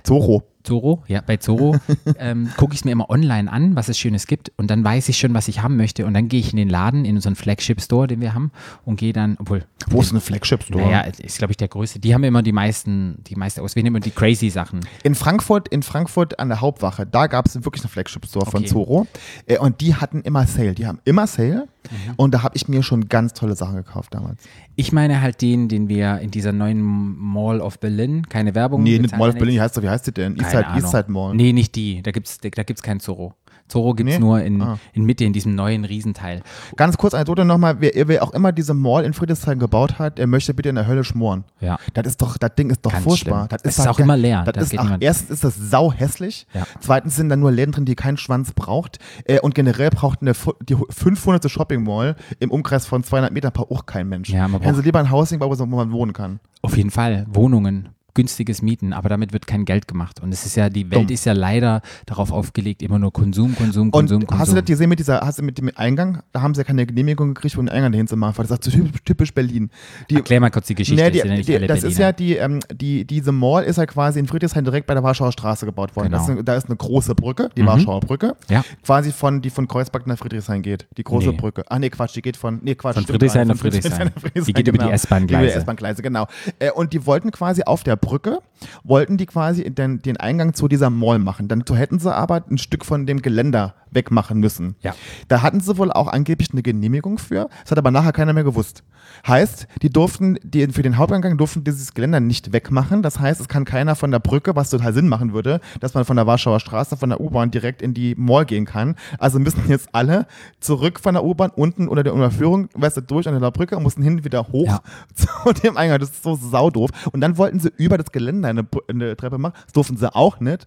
A: Zoro.
B: Zoro, ja, bei Zoro ähm, gucke ich es mir immer online an, was es Schönes gibt und dann weiß ich schon, was ich haben möchte und dann gehe ich in den Laden, in unseren Flagship-Store, den wir haben und gehe dann, obwohl,
A: Wo ist denn ein Flagship-Store?
B: naja, ist glaube ich der größte, die haben immer die meisten, die meiste Auswahl, wir nehmen immer die crazy Sachen.
A: In Frankfurt, in Frankfurt an der Hauptwache, da gab es wirklich einen Flagship-Store von
B: Okay.
A: Zoro. Äh, und die hatten immer Sale. Die haben immer Sale.
B: Mhm.
A: Und da habe ich mir schon ganz tolle Sachen gekauft damals.
B: Ich meine halt den, den wir in dieser neuen Mall of Berlin, keine Werbung.
A: Nee,
B: wir
A: nicht
B: zahlen
A: Mall of
B: da
A: Berlin,
B: nichts.
A: wie heißt, das- wie heißt die denn?
B: Keine
A: Eastside,
B: Ahnung.
A: Eastside halt- Mall.
B: Nee, nicht die. Da gibt es da gibt's kein Zorro. Zorro gibt es
A: Nee?
B: nur in,
A: Ah.
B: in Mitte, in diesem neuen Riesenteil.
A: Ganz kurz Anekdote nochmal, wer, wer auch immer diese Mall in Friedrichshain gebaut hat, der möchte bitte in der Hölle schmoren.
B: Ja.
A: Das ist doch, das Ding ist doch
B: Ganz
A: furchtbar.
B: schlimm. Es ist
A: doch
B: auch
A: ge-
B: immer leer,
A: Das
B: da
A: ist
B: geht
A: auch,
B: niemand.
A: erstens ist das sau hässlich.
B: Ja.
A: Zweitens sind da nur Läden drin, die keinen Schwanz braucht. Äh, und generell braucht eine, fu- die hu- 500. Shopping Mall im Umkreis von 200 Metern braucht auch kein Mensch.
B: Ja, man
A: Hätten sie
B: braucht-
A: lieber ein Housing, bauen, wo man wohnen kann.
B: Auf jeden Fall. Wohnungen, günstiges Mieten, aber damit wird kein Geld gemacht. Und es ist ja, die Welt
A: Dumm.
B: ist ja leider darauf aufgelegt, immer nur Konsum, Konsum,
A: Und
B: Konsum, Konsum.
A: hast du das gesehen mit dieser, hast du mit dem Eingang, da haben sie ja keine Genehmigung gekriegt, um den Eingang dahin zu machen, weil das ist so typisch, typisch Berlin. Die,
B: Erklär mal kurz die Geschichte.
A: Nee,
B: das sind ja
A: die,
B: nicht
A: die,
B: alle
A: das ist
B: Berliner.
A: ja die, ähm, die, diese Mall ist ja quasi in Friedrichshain direkt bei der Warschauer Straße gebaut worden.
B: Genau. Mhm.
A: Das ist eine, da ist eine große Brücke, die Warschauer Brücke.
B: Ja.
A: Quasi von, die von Kreuzberg nach Friedrichshain geht. Die große
B: Nee.
A: Brücke. Ah, nee, Quatsch, die geht von, nee, Quatsch.
B: Von
A: stimmt
B: Friedrichshain
A: gar nicht.
B: nach
A: Von
B: Friedrichshain.
A: nach
B: Die geht über die
A: genau.
B: S-Bahn-Gleise.
A: Über die S-Bahn-Gleise, genau. Äh, und die wollten quasi auf der Brücke, wollten die quasi den, den Eingang zu dieser Mall machen. Dann hätten sie aber ein Stück von dem Geländer wegmachen müssen.
B: Ja.
A: Da hatten sie wohl auch angeblich eine Genehmigung für, das hat aber nachher keiner mehr gewusst. Heißt, die durften, die für den Haupteingang durften dieses Geländer nicht wegmachen. Das heißt, es kann keiner von der Brücke, was total Sinn machen würde, dass man von der Warschauer Straße, von der U-Bahn direkt in die Mall gehen kann. Also müssen jetzt alle zurück von der U-Bahn unten unter der Unterführung, weißt du, durch an der Brücke und mussten hin wieder hoch
B: Ja.
A: zu dem Eingang. Das ist so saudoof. Und dann wollten sie über das Geländer eine, eine Treppe machen. Das durften sie auch nicht.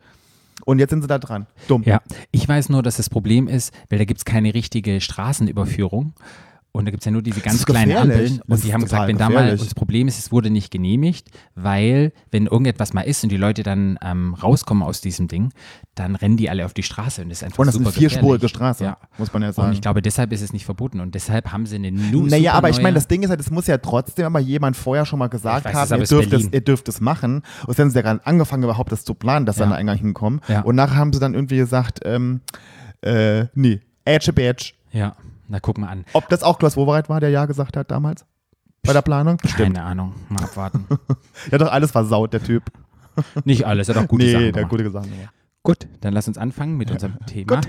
A: Und jetzt sind sie da dran. Dumm.
B: Ja, ich weiß nur, dass das Problem ist, weil da gibt es keine richtige Straßenüberführung. Und da gibt es ja nur diese ganz
A: ist
B: kleinen
A: gefährlich.
B: Ampeln.
A: Das
B: Und die
A: ist
B: haben
A: total
B: gesagt, wenn da mal,
A: gefährlich.
B: und das Problem ist, es wurde nicht genehmigt, weil, wenn irgendetwas mal ist und die Leute dann ähm, rauskommen aus diesem Ding, dann rennen die alle auf die Straße und das ist einfach
A: Und das ist
B: super
A: eine vierspurige
B: gefährlich.
A: Straße,
B: ja.
A: muss man ja
B: Und
A: sagen.
B: ich glaube, deshalb ist es nicht verboten und deshalb haben sie eine nu
A: Naja, aber ich meine, das
B: superneue-
A: Ding ist halt, es muss ja trotzdem aber jemand vorher schon mal gesagt
B: weiß, das ist
A: haben,
B: aber
A: ihr
B: ist
A: dürft, es,
B: Berlin.
A: ihr dürft es machen. Und dann haben sie ja gerade angefangen, überhaupt das zu planen, dass
B: Ja.
A: dann da Eingang hinkommen.
B: Ja.
A: Und nachher haben sie dann irgendwie gesagt, ähm, äh, nee, Edge Badge.
B: Ja, na guck mal an.
A: Ob das auch Klaus Wowereit war, der Ja gesagt hat damals? Bei der Planung? Bestimmt.
B: Keine Ahnung, mal abwarten.
A: Der hat doch alles versaut, der Typ.
B: nicht alles, er hat auch gute
A: nee,
B: Sachen
A: der
B: gemacht.
A: hat gute Sachen. gemacht.
B: Gut, dann lass uns anfangen mit unserem Thema.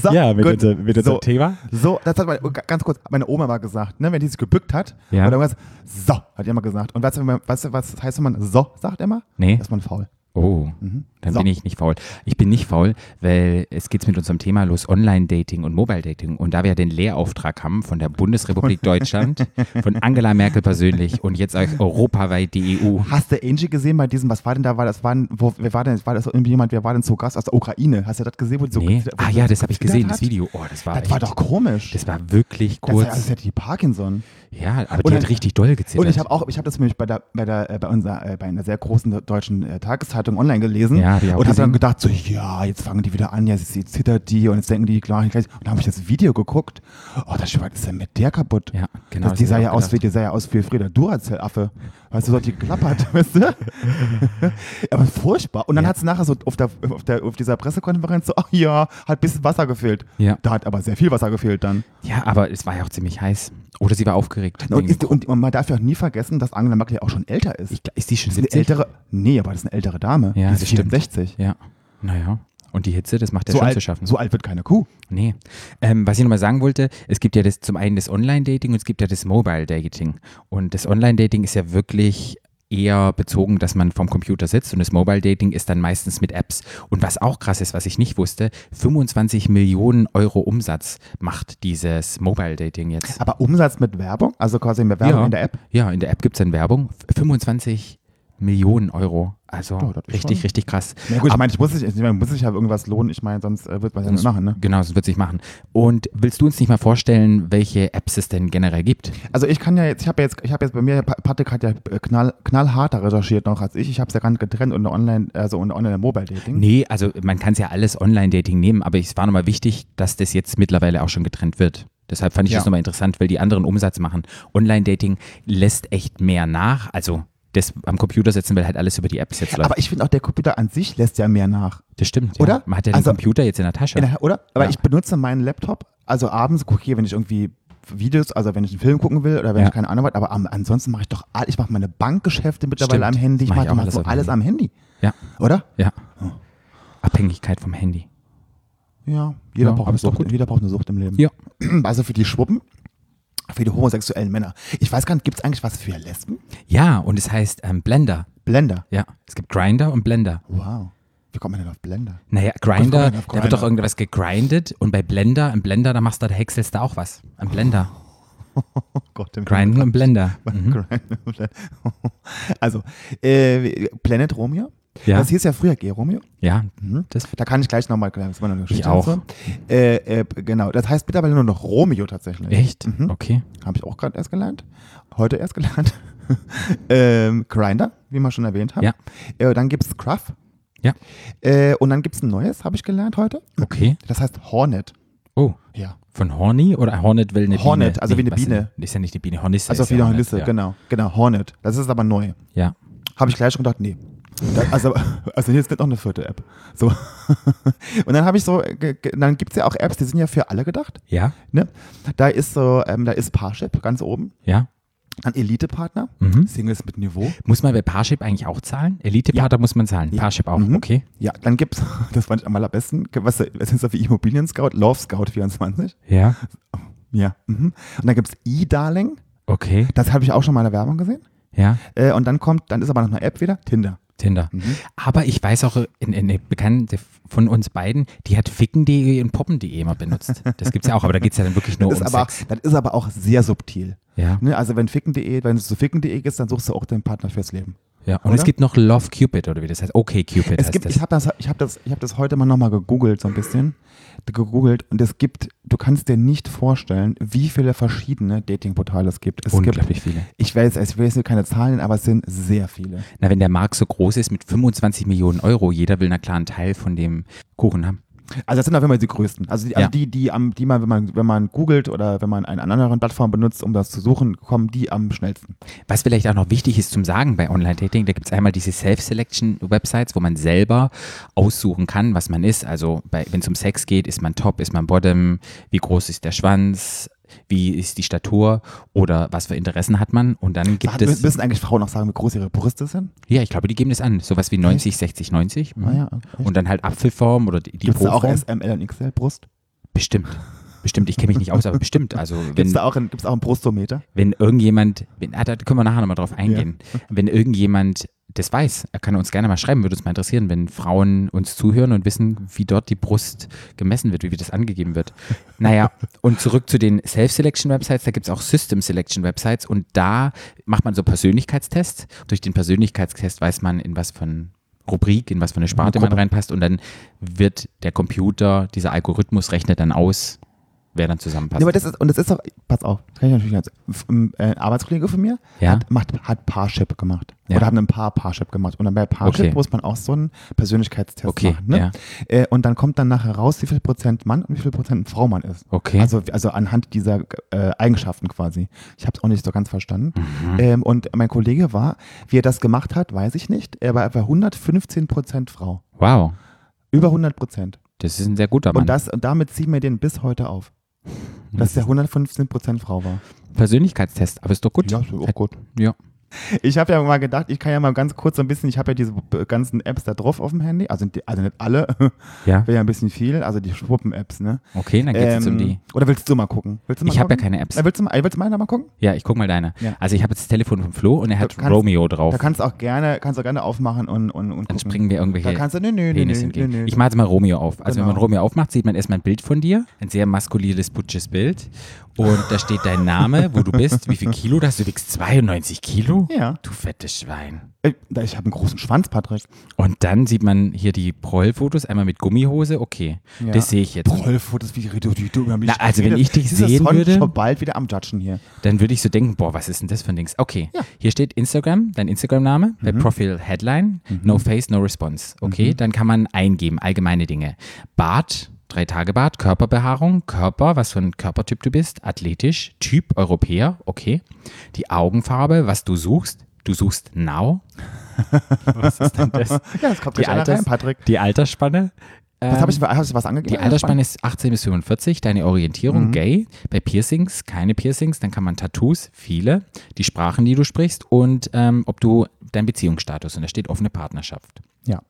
A: So, gut. so,
B: Thema.
A: So, das hat meine, ganz kurz, meine Oma mal gesagt, ne, wenn die sich gebückt hat,
B: Ja.
A: oder irgendwas, so, hat die immer gesagt. Und weißt du, wenn man- weißt du, was heißt, wenn man so sagt immer?
B: Nee.
A: Ist man faul.
B: Oh, dann
A: Mhm. So.
B: bin ich nicht faul. Ich bin nicht faul, weil es geht mit unserem Thema los, Online-Dating und Mobile-Dating. Und da wir ja den Lehrauftrag haben von der Bundesrepublik Deutschland, von Angela Merkel persönlich und jetzt auch europaweit die E EU.
A: Hast du Angie gesehen bei diesem, was war denn da, war das, war, denn- wo, wer war denn, war das irgendjemand, wer war denn zu Gast aus der Ukraine? Hast du das gesehen? Wo die so
B: Nee.
A: ge-
B: Ah ja, das habe
A: getwittert
B: ich gesehen,
A: hat?
B: das Video. Oh, das war,
A: Das war
B: echt-
A: doch komisch.
B: Das war wirklich
A: Das ist ja- Das
B: kurz.
A: ist ja die Parkinson.
B: ja, aber
A: Und
B: die hat
A: dann-
B: richtig doll gezittert.
A: Und ich habe auch, ich habe das nämlich bei der, bei der, äh, bei unserer, äh, bei einer sehr großen deutschen äh, Tageszeitung online gelesen
B: Ja, hab ich auch
A: und habe dann
B: gesehen.
A: gedacht so, ja, jetzt fangen die wieder an, ja, jetzt jetzt zittert die und jetzt denken die klar, gleich. und dann habe ich das Video geguckt. Oh, das Schwein ist ja mit der kaputt.
B: Ja, genau,
A: Das, die
B: das hab
A: sah
B: ich
A: ja
B: auch
A: aus wie,
B: gedacht.
A: die sah ja aus wie Frieda Duracell Affe. Weißt du, so hat die geklappert, weißt du? Aber furchtbar. Und dann
B: Ja.
A: hat sie nachher so auf der, auf der, auf dieser Pressekonferenz so, ach ja, hat ein bisschen Wasser gefehlt.
B: Ja.
A: Da hat aber sehr viel Wasser gefehlt dann.
B: ja, aber es war ja auch ziemlich heiß. Oder sie war aufgeregt.
A: Und,
B: wegen
A: ist,
B: dem-
A: und man darf ja auch nie vergessen, dass Angela Merkel ja auch schon älter ist.
B: ich, ist die schon
A: Das ist
B: 70?
A: eine ältere, nee, aber das ist eine ältere Dame.
B: ja,
A: die ist
B: das stimmt.
A: 64.
B: Ja, naja. Und die Hitze, das macht ja
A: So,
B: schon
A: alt,
B: zu schaffen.
A: so alt wird keine Kuh.
B: Nee. Ähm, was ich nochmal sagen wollte, es gibt ja das zum einen das Online-Dating und es gibt ja das Mobile-Dating. Und das Online-Dating ist ja wirklich eher bezogen, dass man vom Computer sitzt und das Mobile-Dating ist dann meistens mit Apps. Und was auch krass ist, was ich nicht wusste, 25 Millionen Euro Umsatz macht dieses Mobile-Dating jetzt.
A: Aber Umsatz mit Werbung, also quasi mit Werbung in der App.
B: Ja, in der App gibt es dann Werbung. F- 25 Millionen Euro. Also
A: Ja, das ist
B: richtig,
A: schon-
B: richtig krass.
A: Na gut, ich
B: Ab-
A: meine, ich muss sich, ich meine, muss sich ja irgendwas lohnen. Ich meine, sonst äh, wird man ja nicht machen, ne?
B: Genau, das wird sich machen. Und willst du uns nicht mal vorstellen, welche Apps es denn generell gibt?
A: Also ich kann ja jetzt, ich habe jetzt, ich habe jetzt bei mir, Pa- Patrick hat ja äh, knall, knallharter recherchiert noch als ich. Ich habe es ja gar nicht getrennt und online, also und online Mobile Dating.
B: Nee, also man kann es ja alles Online-Dating nehmen, aber es war nochmal wichtig, dass das jetzt mittlerweile auch schon getrennt wird. Deshalb fand ich
A: Ja.
B: das nochmal interessant, weil die anderen Umsatz machen. Online-Dating lässt echt mehr nach. Also das am Computer setzen, weil halt alles über die Apps jetzt läuft.
A: Aber ich finde auch, der Computer an sich lässt ja mehr nach.
B: das stimmt, ja.
A: Oder?
B: Man hat ja
A: Also-
B: den Computer jetzt in der Tasche.
A: In der, oder? Aber
B: Ja.
A: ich benutze meinen Laptop, also abends gucke ich, hier, wenn ich irgendwie Videos, also wenn ich einen Film gucken will oder wenn
B: Ja.
A: ich keine Ahnung was, aber am, ansonsten mache ich doch, all- ich mache meine Bankgeschäfte mittlerweile
B: Stimmt.
A: am Handy, ich
B: Mach ich
A: mache
B: auch
A: mach
B: alles
A: so
B: am
A: alles
B: Handy.
A: am Handy,
B: ja,
A: oder?
B: ja. Abhängigkeit vom Handy.
A: Ja, jeder,
B: Ja,
A: braucht
B: aber
A: eine
B: ist doch
A: Sucht,
B: gut.
A: jeder braucht eine Sucht im Leben.
B: Ja.
A: Also für die Schwuppen, für die homosexuellen Männer. Ich weiß gar nicht, gibt es eigentlich was für Lesben?
B: Ja, und es heißt ähm, Blender.
A: Blender.
B: Ja, es gibt Grinder und Blender.
A: Wow. Wie kommt man denn auf Blender?
B: Naja,
A: kommt
B: Grinder,
A: man
B: da
A: auf
B: wird
A: Grindr?
B: doch irgendwas gegrindet und bei Blender, im Blender, da machst du, da häckselst du auch was. Am Blender.
A: Oh Gott, im
B: Grinden Mhm. und Blender.
A: Grinden und Blender. Also, äh, Planet Romeo.
B: Ja.
A: Das hieß ja früher G. Romeo.
B: Ja, das
A: Da kann ich gleich nochmal das war noch eine Geschichte
B: Ich auch.
A: dazu. Äh, äh, genau, das heißt mittlerweile nur noch Romeo tatsächlich.
B: Echt?
A: Mhm.
B: Okay.
A: Habe ich auch gerade erst gelernt. Heute erst gelernt. ähm, Grinder, wie wir schon erwähnt haben.
B: Ja.
A: Äh, dann gibt es Cruff.
B: Ja.
A: Äh, und dann gibt es ein neues, habe ich gelernt heute.
B: Okay.
A: Das heißt Hornet. Also
B: Oh.
A: Ja.
B: Von Horny oder Hornet will eine
A: Hornet,
B: Biene?
A: also wie eine
B: was
A: Biene.
B: Denn? Ist ja nicht die Biene. Hornisse
A: Also
B: ist
A: auf wieder
B: ja
A: eine
B: Hornet,
A: Liste,
B: ja.
A: genau. Genau, Hornet. Das ist aber neu.
B: Ja.
A: Habe ich gleich schon gedacht, nee. Da- Also, also hier ist nicht noch eine vierte App. So. Und dann habe ich so, ge- ge- dann gibt es ja auch Apps, die sind ja für alle gedacht.
B: Ja.
A: Ne? Da ist so, ähm, da ist Parship ganz oben,
B: Ja.
A: dann Elite-Partner,
B: Mhm.
A: Singles mit Niveau.
B: Muss man bei Parship eigentlich auch zahlen? Elite-Partner muss man zahlen. Parship auch. Okay.
A: Mhm. Ja, dann gibt's, das fand ich am allerbesten, was was ist das für Immobilien-Scout? Love Scout 24.
B: Ja.
A: Ja. Mhm. Und dann gibt's E-Darling,
B: Okay.
A: das habe ich auch schon mal in der Werbung gesehen.
B: Ja.
A: Äh, und dann kommt, dann ist aber noch eine App wieder, Tinder.
B: Tinder.
A: Mhm.
B: Aber ich weiß auch, in, in, eine Bekannte von uns beiden, die hat ficken.de und poppen.de immer benutzt. Das gibt's ja auch, aber da geht's ja dann wirklich nur
A: Das,
B: um
A: ist aber,
B: Sex.
A: das ist aber auch sehr subtil.
B: Ja.
A: Ne? Also wenn ficken.de, wenn du zu ficken.de E gehst, dann suchst du auch deinen Partner fürs Leben.
B: Ja. Und
A: Oder?
B: es gibt noch Love Cupid oder wie das heißt. Okay Cupid
A: Es
B: heißt
A: gibt,
B: das.
A: ich habe das, ich habe das, ich habe das heute mal nochmal gegoogelt so ein bisschen, gegoogelt und es gibt, du kannst dir nicht vorstellen, wie viele verschiedene Datingportale es gibt. Es
B: Unglaublich
A: gibt,
B: viele.
A: Ich will jetzt, ich will jetzt keine Zahlen, aber es sind sehr viele.
B: Na, wenn der Markt so groß ist mit 25 Millionen Euro, jeder will na klar einen Teil von dem Kuchen haben.
A: Also das sind auf jeden Fall die größten. Also die, also
B: Ja.
A: die, die am, die man, wenn man, wenn man googelt oder wenn man eine andere Plattform benutzt, um das zu suchen, kommen die am schnellsten.
B: Was vielleicht auch noch wichtig ist zum Sagen bei Online-Dating, da gibt es einmal diese Self-Selection-Websites, wo man selber aussuchen kann, was man ist. Also wenn es um Sex geht, ist man top, ist man bottom, wie groß ist der Schwanz, wie ist die Statur oder was für Interessen hat man. Und dann gibt
A: Sagen-
B: es,
A: müssen eigentlich Frauen auch sagen, wie groß ihre Brüste sind?
B: ja, ich glaube, die geben das an, sowas wie 90, 60, 90. Mhm.
A: Ah ja, echt?
B: Und dann halt Apfelform oder die, die
A: Gibt es da auch
B: Proform.
A: SML und XL Brust?
B: Bestimmt. bestimmt, ich kenne mich nicht aus, aber bestimmt. Also
A: Gibt es
B: wenn,
A: da auch einen, gibt's auch einen Prostometer?
B: wenn irgendjemand, wenn, ah, da können wir nachher nochmal drauf eingehen, wenn irgendjemand das weiß, er kann uns gerne mal schreiben, würde uns mal interessieren, wenn Frauen uns zuhören und wissen, wie dort die Brust gemessen wird, wie wir das angegeben wird. Naja, und zurück zu den Self-Selection-Websites, da gibt es auch System-Selection-Websites und da macht man so Persönlichkeitstests. Durch den Persönlichkeitstest weiß man, in was von Rubrik, in was von eine Sparte man reinpasst und dann wird der Computer, dieser Algorithmus rechnet dann aus, wer dann zusammenpasst.
A: Nee, aber das ist, und das ist doch, pass auf, das kann ich natürlich ganz, f- m, äh, ein Arbeitskollege von mir
B: Ja.
A: hat, macht, hat Parship gemacht.
B: Ja.
A: Oder hat ein paar Parship gemacht. Und dann bei Parship
B: Okay.
A: muss man auch so einen Persönlichkeitstest
B: Okay,
A: machen. Ne? Äh, und dann kommt dann nachher raus, wie viel Prozent Mann und wie viel Prozent Frau man ist.
B: Okay.
A: Also, also anhand dieser äh, Eigenschaften quasi. Ich habe es auch nicht so ganz verstanden.
B: Mhm.
A: Ähm, und mein Kollege war, wie er das gemacht hat, weiß ich nicht. Er war bei 115 Prozent Frau.
B: wow,
A: Über 100 Prozent.
B: das ist ein sehr guter Mann.
A: Und, das, und damit ziehen wir den bis heute auf. Dass der 115 Prozent Frau war.
B: Persönlichkeitstest, aber ist doch gut.
A: Ja, ist auch gut.
B: Ja.
A: Ich habe ja mal gedacht, ich kann ja mal ganz kurz so ein bisschen, ich habe ja diese b- ganzen Apps da drauf auf dem Handy, also, die- also nicht alle,
B: Ja.
A: wäre ja ein bisschen viel, also die Schwuppen-Apps, ne? Ähm,
B: Okay, dann geht's jetzt um die.
A: Oder willst du mal gucken? Willst du mal
B: Ich habe ja
A: gucken?
B: keine Apps.
A: Na, willst, du mal, äh, willst du meine mal gucken?
B: Ja, ich guck mal deine.
A: Ja.
B: Also ich habe jetzt das Telefon von Flo und er hat
A: Da kannst-
B: Romeo
A: Da
B: drauf.
A: kannst du auch gerne, kannst du gerne aufmachen und, und, und
B: Dann
A: gucken.
B: springen wir irgendwelche
A: Da kannst du, nö, nö, nö,
B: Penisse
A: nö, nö,
B: entgegen.
A: nö.
B: Ich mache jetzt mal Romeo auf. Also wenn man
A: Genau.
B: Romeo aufmacht, sieht man erstmal ein Bild von dir. Ein sehr maskulines, putsches Bild. Und da steht dein Name, wo du bist, wie viel Kilo du hast. Du wiegst 92 Kilo?
A: Ja.
B: Du fettes Schwein.
A: Äh, da- ich habe einen großen Schwanz, Patrick.
B: Und dann sieht man hier die Proll-Fotos. Einmal mit Gummihose. Okay,
A: Ja.
B: das sehe ich jetzt.
A: Prollfotos, wie redest du über mich?
B: Na, also wenn
A: redest.
B: ich dich
A: Siehst du,
B: sehen
A: Son
B: würde-
A: schon bald wieder am Judgen hier.
B: dann würde ich so denken, boah, was ist denn das für ein Dings? Okay,
A: Ja. Mhm.
B: hier steht Instagram, dein Instagram-Name, bei Profil Headline, no face, no response. Okay, dann kann man eingeben, allgemeine Dinge. Bart, drei Tage Bart, Körperbehaarung, Körper, was für ein Körpertyp du bist, athletisch, Typ, Europäer, okay. Die Augenfarbe, was du suchst, du suchst now. was ist denn das?
A: Ja, das kommt gleich einer rein, Patrick.
B: die Altersspanne.
A: Was habe ich, hab ich was angegeben?
B: Die Altersspanne ist 18 bis 45, deine
A: Mhm.
B: Orientierung gay, bei Piercings keine Piercings, dann kann man Tattoos, viele, die Sprachen, die du sprichst und ähm, ob du dein Beziehungsstatus und da steht offene Partnerschaft.
A: Ja.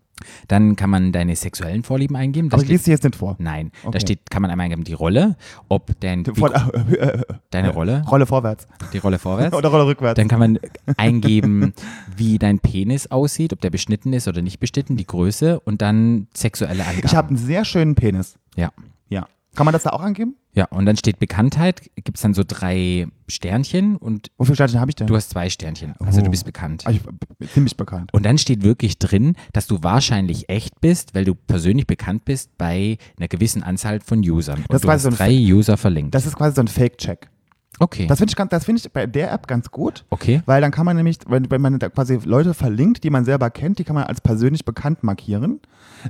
B: Dann kann man deine sexuellen Vorlieben eingeben. Da
A: Aber ich
B: steht,
A: lese sie jetzt nicht vor.
B: nein, da
A: Okay.
B: steht, kann man einmal eingeben, die Rolle, ob dein, wie,
A: Vor- äh, äh, äh,
B: deine Rolle,
A: Rolle vorwärts.
B: die Rolle vorwärts.
A: Oder Rolle rückwärts.
B: Dann kann man eingeben, wie dein Penis aussieht, ob der beschnitten ist oder nicht beschnitten, die Größe und dann sexuelle Angaben.
A: Ich habe einen sehr schönen Penis.
B: ja.
A: Ja. Kann man das da auch angeben?
B: Ja, und dann steht Bekanntheit, gibt's dann so drei Sternchen und
A: Wie viele Sternchen habe ich denn?
B: du hast zwei Sternchen. Also du bist bekannt.
A: Ah, ich bin ziemlich bekannt.
B: Und dann steht wirklich drin, dass du wahrscheinlich echt bist, weil du persönlich bekannt bist bei einer gewissen Anzahl von Usern. Und
A: Das
B: du
A: war
B: hast
A: so ein
B: drei User verlinkt.
A: Das ist quasi so ein Fake-Check.
B: okay.
A: Das finde ich, ganz- das find ich bei der App ganz gut.
B: Okay.
A: Weil dann kann man nämlich, wenn, wenn man da quasi Leute verlinkt, die man selber kennt, die kann man als persönlich bekannt markieren.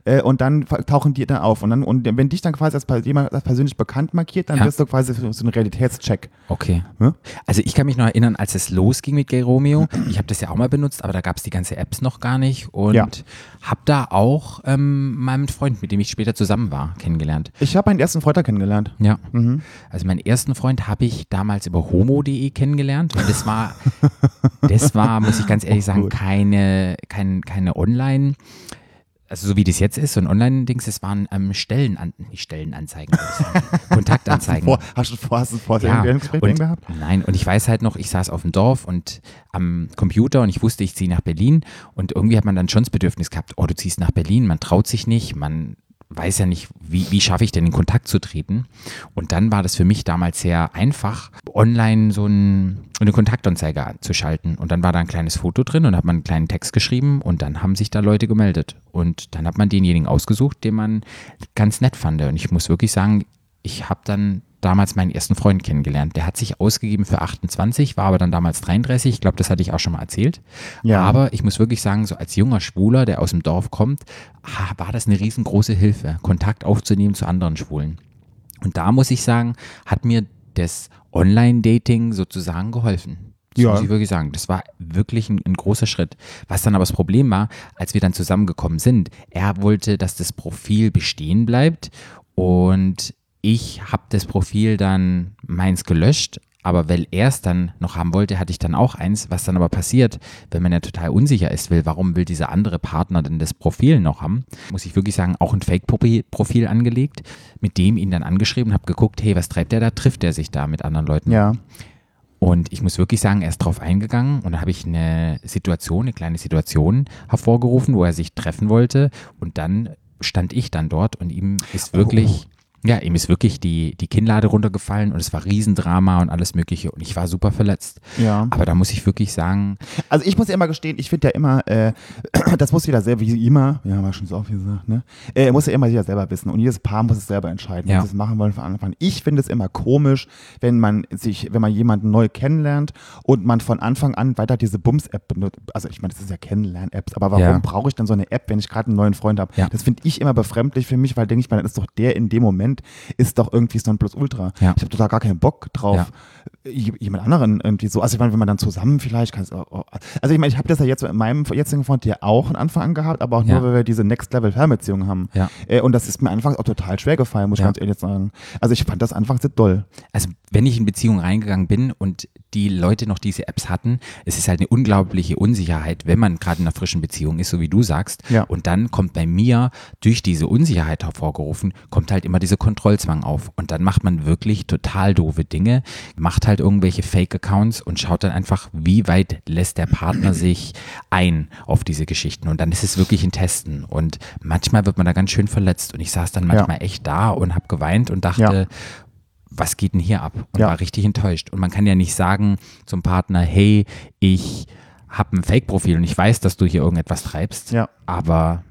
A: Äh, und dann fa- tauchen die dann auf. Und, dann, und wenn dich dann quasi als, per- jemand als persönlich bekannt markiert, dann
B: Ja.
A: bist du quasi so so ein Realitätscheck.
B: Okay.
A: Ne?
B: Also ich kann mich noch erinnern, als es losging mit Gay Romeo, ich habe das ja auch mal benutzt, aber da gab es die ganze Apps noch gar nicht und
A: Ja.
B: habe da auch ähm, meinen Freund, mit dem ich später zusammen war, kennengelernt.
A: Ich habe meinen ersten Freund da kennengelernt.
B: Ja. Also meinen ersten Freund habe ich damals über homo.de kennengelernt und das war, das war, muss ich ganz ehrlich sagen, keine, kein, keine Online, also so wie das jetzt ist, so ein Online-Dings, das waren ähm, Stellenan nicht Stellenanzeigen, würde ich sagen, Kontaktanzeigen.
A: Vor, hast du vor, hast du vorher ja.
B: und,
A: gehabt?
B: Nein, und ich weiß halt noch, ich saß auf dem Dorf und am Computer und ich wusste, ich ziehe nach Berlin und irgendwie hat man dann schon das Bedürfnis gehabt, oh, du ziehst nach Berlin, man traut sich nicht, man weiß ja nicht, wie, wie schaffe ich denn in Kontakt zu treten. Und dann war das für mich damals sehr einfach, online so ein, eine Kontaktanzeige anzuschalten. Und dann war da ein kleines Foto drin und hat man einen kleinen Text geschrieben und dann haben sich da Leute gemeldet. Und dann hat man denjenigen ausgesucht, den man ganz nett fand. Und ich muss wirklich sagen, ich habe dann damals meinen ersten Freund kennengelernt. Der hat sich ausgegeben für 28, war aber dann damals 33. Ich glaube, das hatte ich auch schon mal erzählt.
A: Ja.
B: Aber ich muss wirklich sagen, so als junger Schwuler, der aus dem Dorf kommt, ha- war das eine riesengroße Hilfe, Kontakt aufzunehmen zu anderen Schwulen. Und da muss ich sagen, hat mir das Online-Dating sozusagen geholfen. Das
A: Ja.
B: muss ich wirklich sagen. Das war wirklich ein, ein großer Schritt. Was dann aber das Problem war, als wir dann zusammengekommen sind, er wollte, dass das Profil bestehen bleibt und ich habe das Profil dann meins gelöscht, Aber weil er es dann noch haben wollte, hatte ich dann auch eins. Was dann aber passiert, wenn man ja total unsicher ist, will, warum will dieser andere Partner denn das Profil noch haben? Muss ich wirklich sagen, auch ein Fake-Profil angelegt, mit dem ihn dann angeschrieben, habe geguckt, hey, was treibt der da? Trifft er sich da mit anderen Leuten?
A: Ja.
B: Und ich muss wirklich sagen, er ist drauf eingegangen und da habe ich eine Situation, eine kleine Situation hervorgerufen, wo er sich treffen wollte. Und dann stand ich dann dort und ihm ist wirklich, ja, ihm ist wirklich die, die Kinnlade runtergefallen und es war Riesendrama und alles Mögliche. Und ich war super verletzt.
A: Ja.
B: Aber da muss ich wirklich sagen,
A: Also ich muss ja immer gestehen, ich finde ja immer, äh, das muss jeder selber, wie immer, ja, haben wir schon so oft gesagt, ne? Äh, muss ja immer jeder selber wissen und jedes Paar muss es selber entscheiden,
B: Ja.
A: ob sie es machen wollen von Anfang an. Ich finde es immer komisch, wenn man sich, wenn man jemanden neu kennenlernt und man von Anfang an weiter diese Bums-App benutzt. Also ich meine, das ist ja Kennenlern-Apps, aber warum
B: Ja.
A: brauche ich dann so eine App, wenn ich gerade einen neuen Freund habe?
B: Ja.
A: Das finde ich immer befremdlich für mich, weil denke ich mal, dann ist doch der in dem Moment, ist doch irgendwie so ein Plus-Ultra.
B: Ja.
A: Ich habe total gar keinen Bock drauf
B: Ja.
A: j- jemand anderen irgendwie so. Also ich meine, wenn man dann zusammen vielleicht kann es. auch- auch- Also ich meine, ich habe das ja jetzt mit meinem jetzigen Freund ja auch einen Anfang an gehabt, aber auch nur,
B: Ja.
A: weil wir diese Next Level Fernbeziehung haben.
B: Ja.
A: Äh, Und das ist mir anfangs auch total schwer gefallen, muss
B: Ja.
A: ich ganz ehrlich sagen. Also ich fand das anfangs sehr doll.
B: also wenn ich in Beziehung reingegangen bin und die Leute noch diese Apps hatten, es ist halt eine unglaubliche Unsicherheit, wenn man gerade in einer frischen Beziehung ist, so wie du sagst.
A: Ja.
B: Und dann kommt bei mir durch diese Unsicherheit hervorgerufen, kommt halt immer dieser Kontrollzwang auf. Und dann macht man wirklich total doofe Dinge, macht halt irgendwelche Fake-Accounts und schaut dann einfach, wie weit lässt der Partner sich ein auf diese Geschichten. Und dann ist es wirklich ein Testen. Und manchmal wird man da ganz schön verletzt. Und ich saß dann manchmal echt da und habe geweint und dachte,
A: Ja.
B: was geht denn hier ab? Und
A: Ja.
B: war richtig enttäuscht. Und man kann ja nicht sagen zum Partner, hey, ich habe ein Fake-Profil und ich weiß, dass du hier irgendetwas treibst.
A: Ja.
B: Aber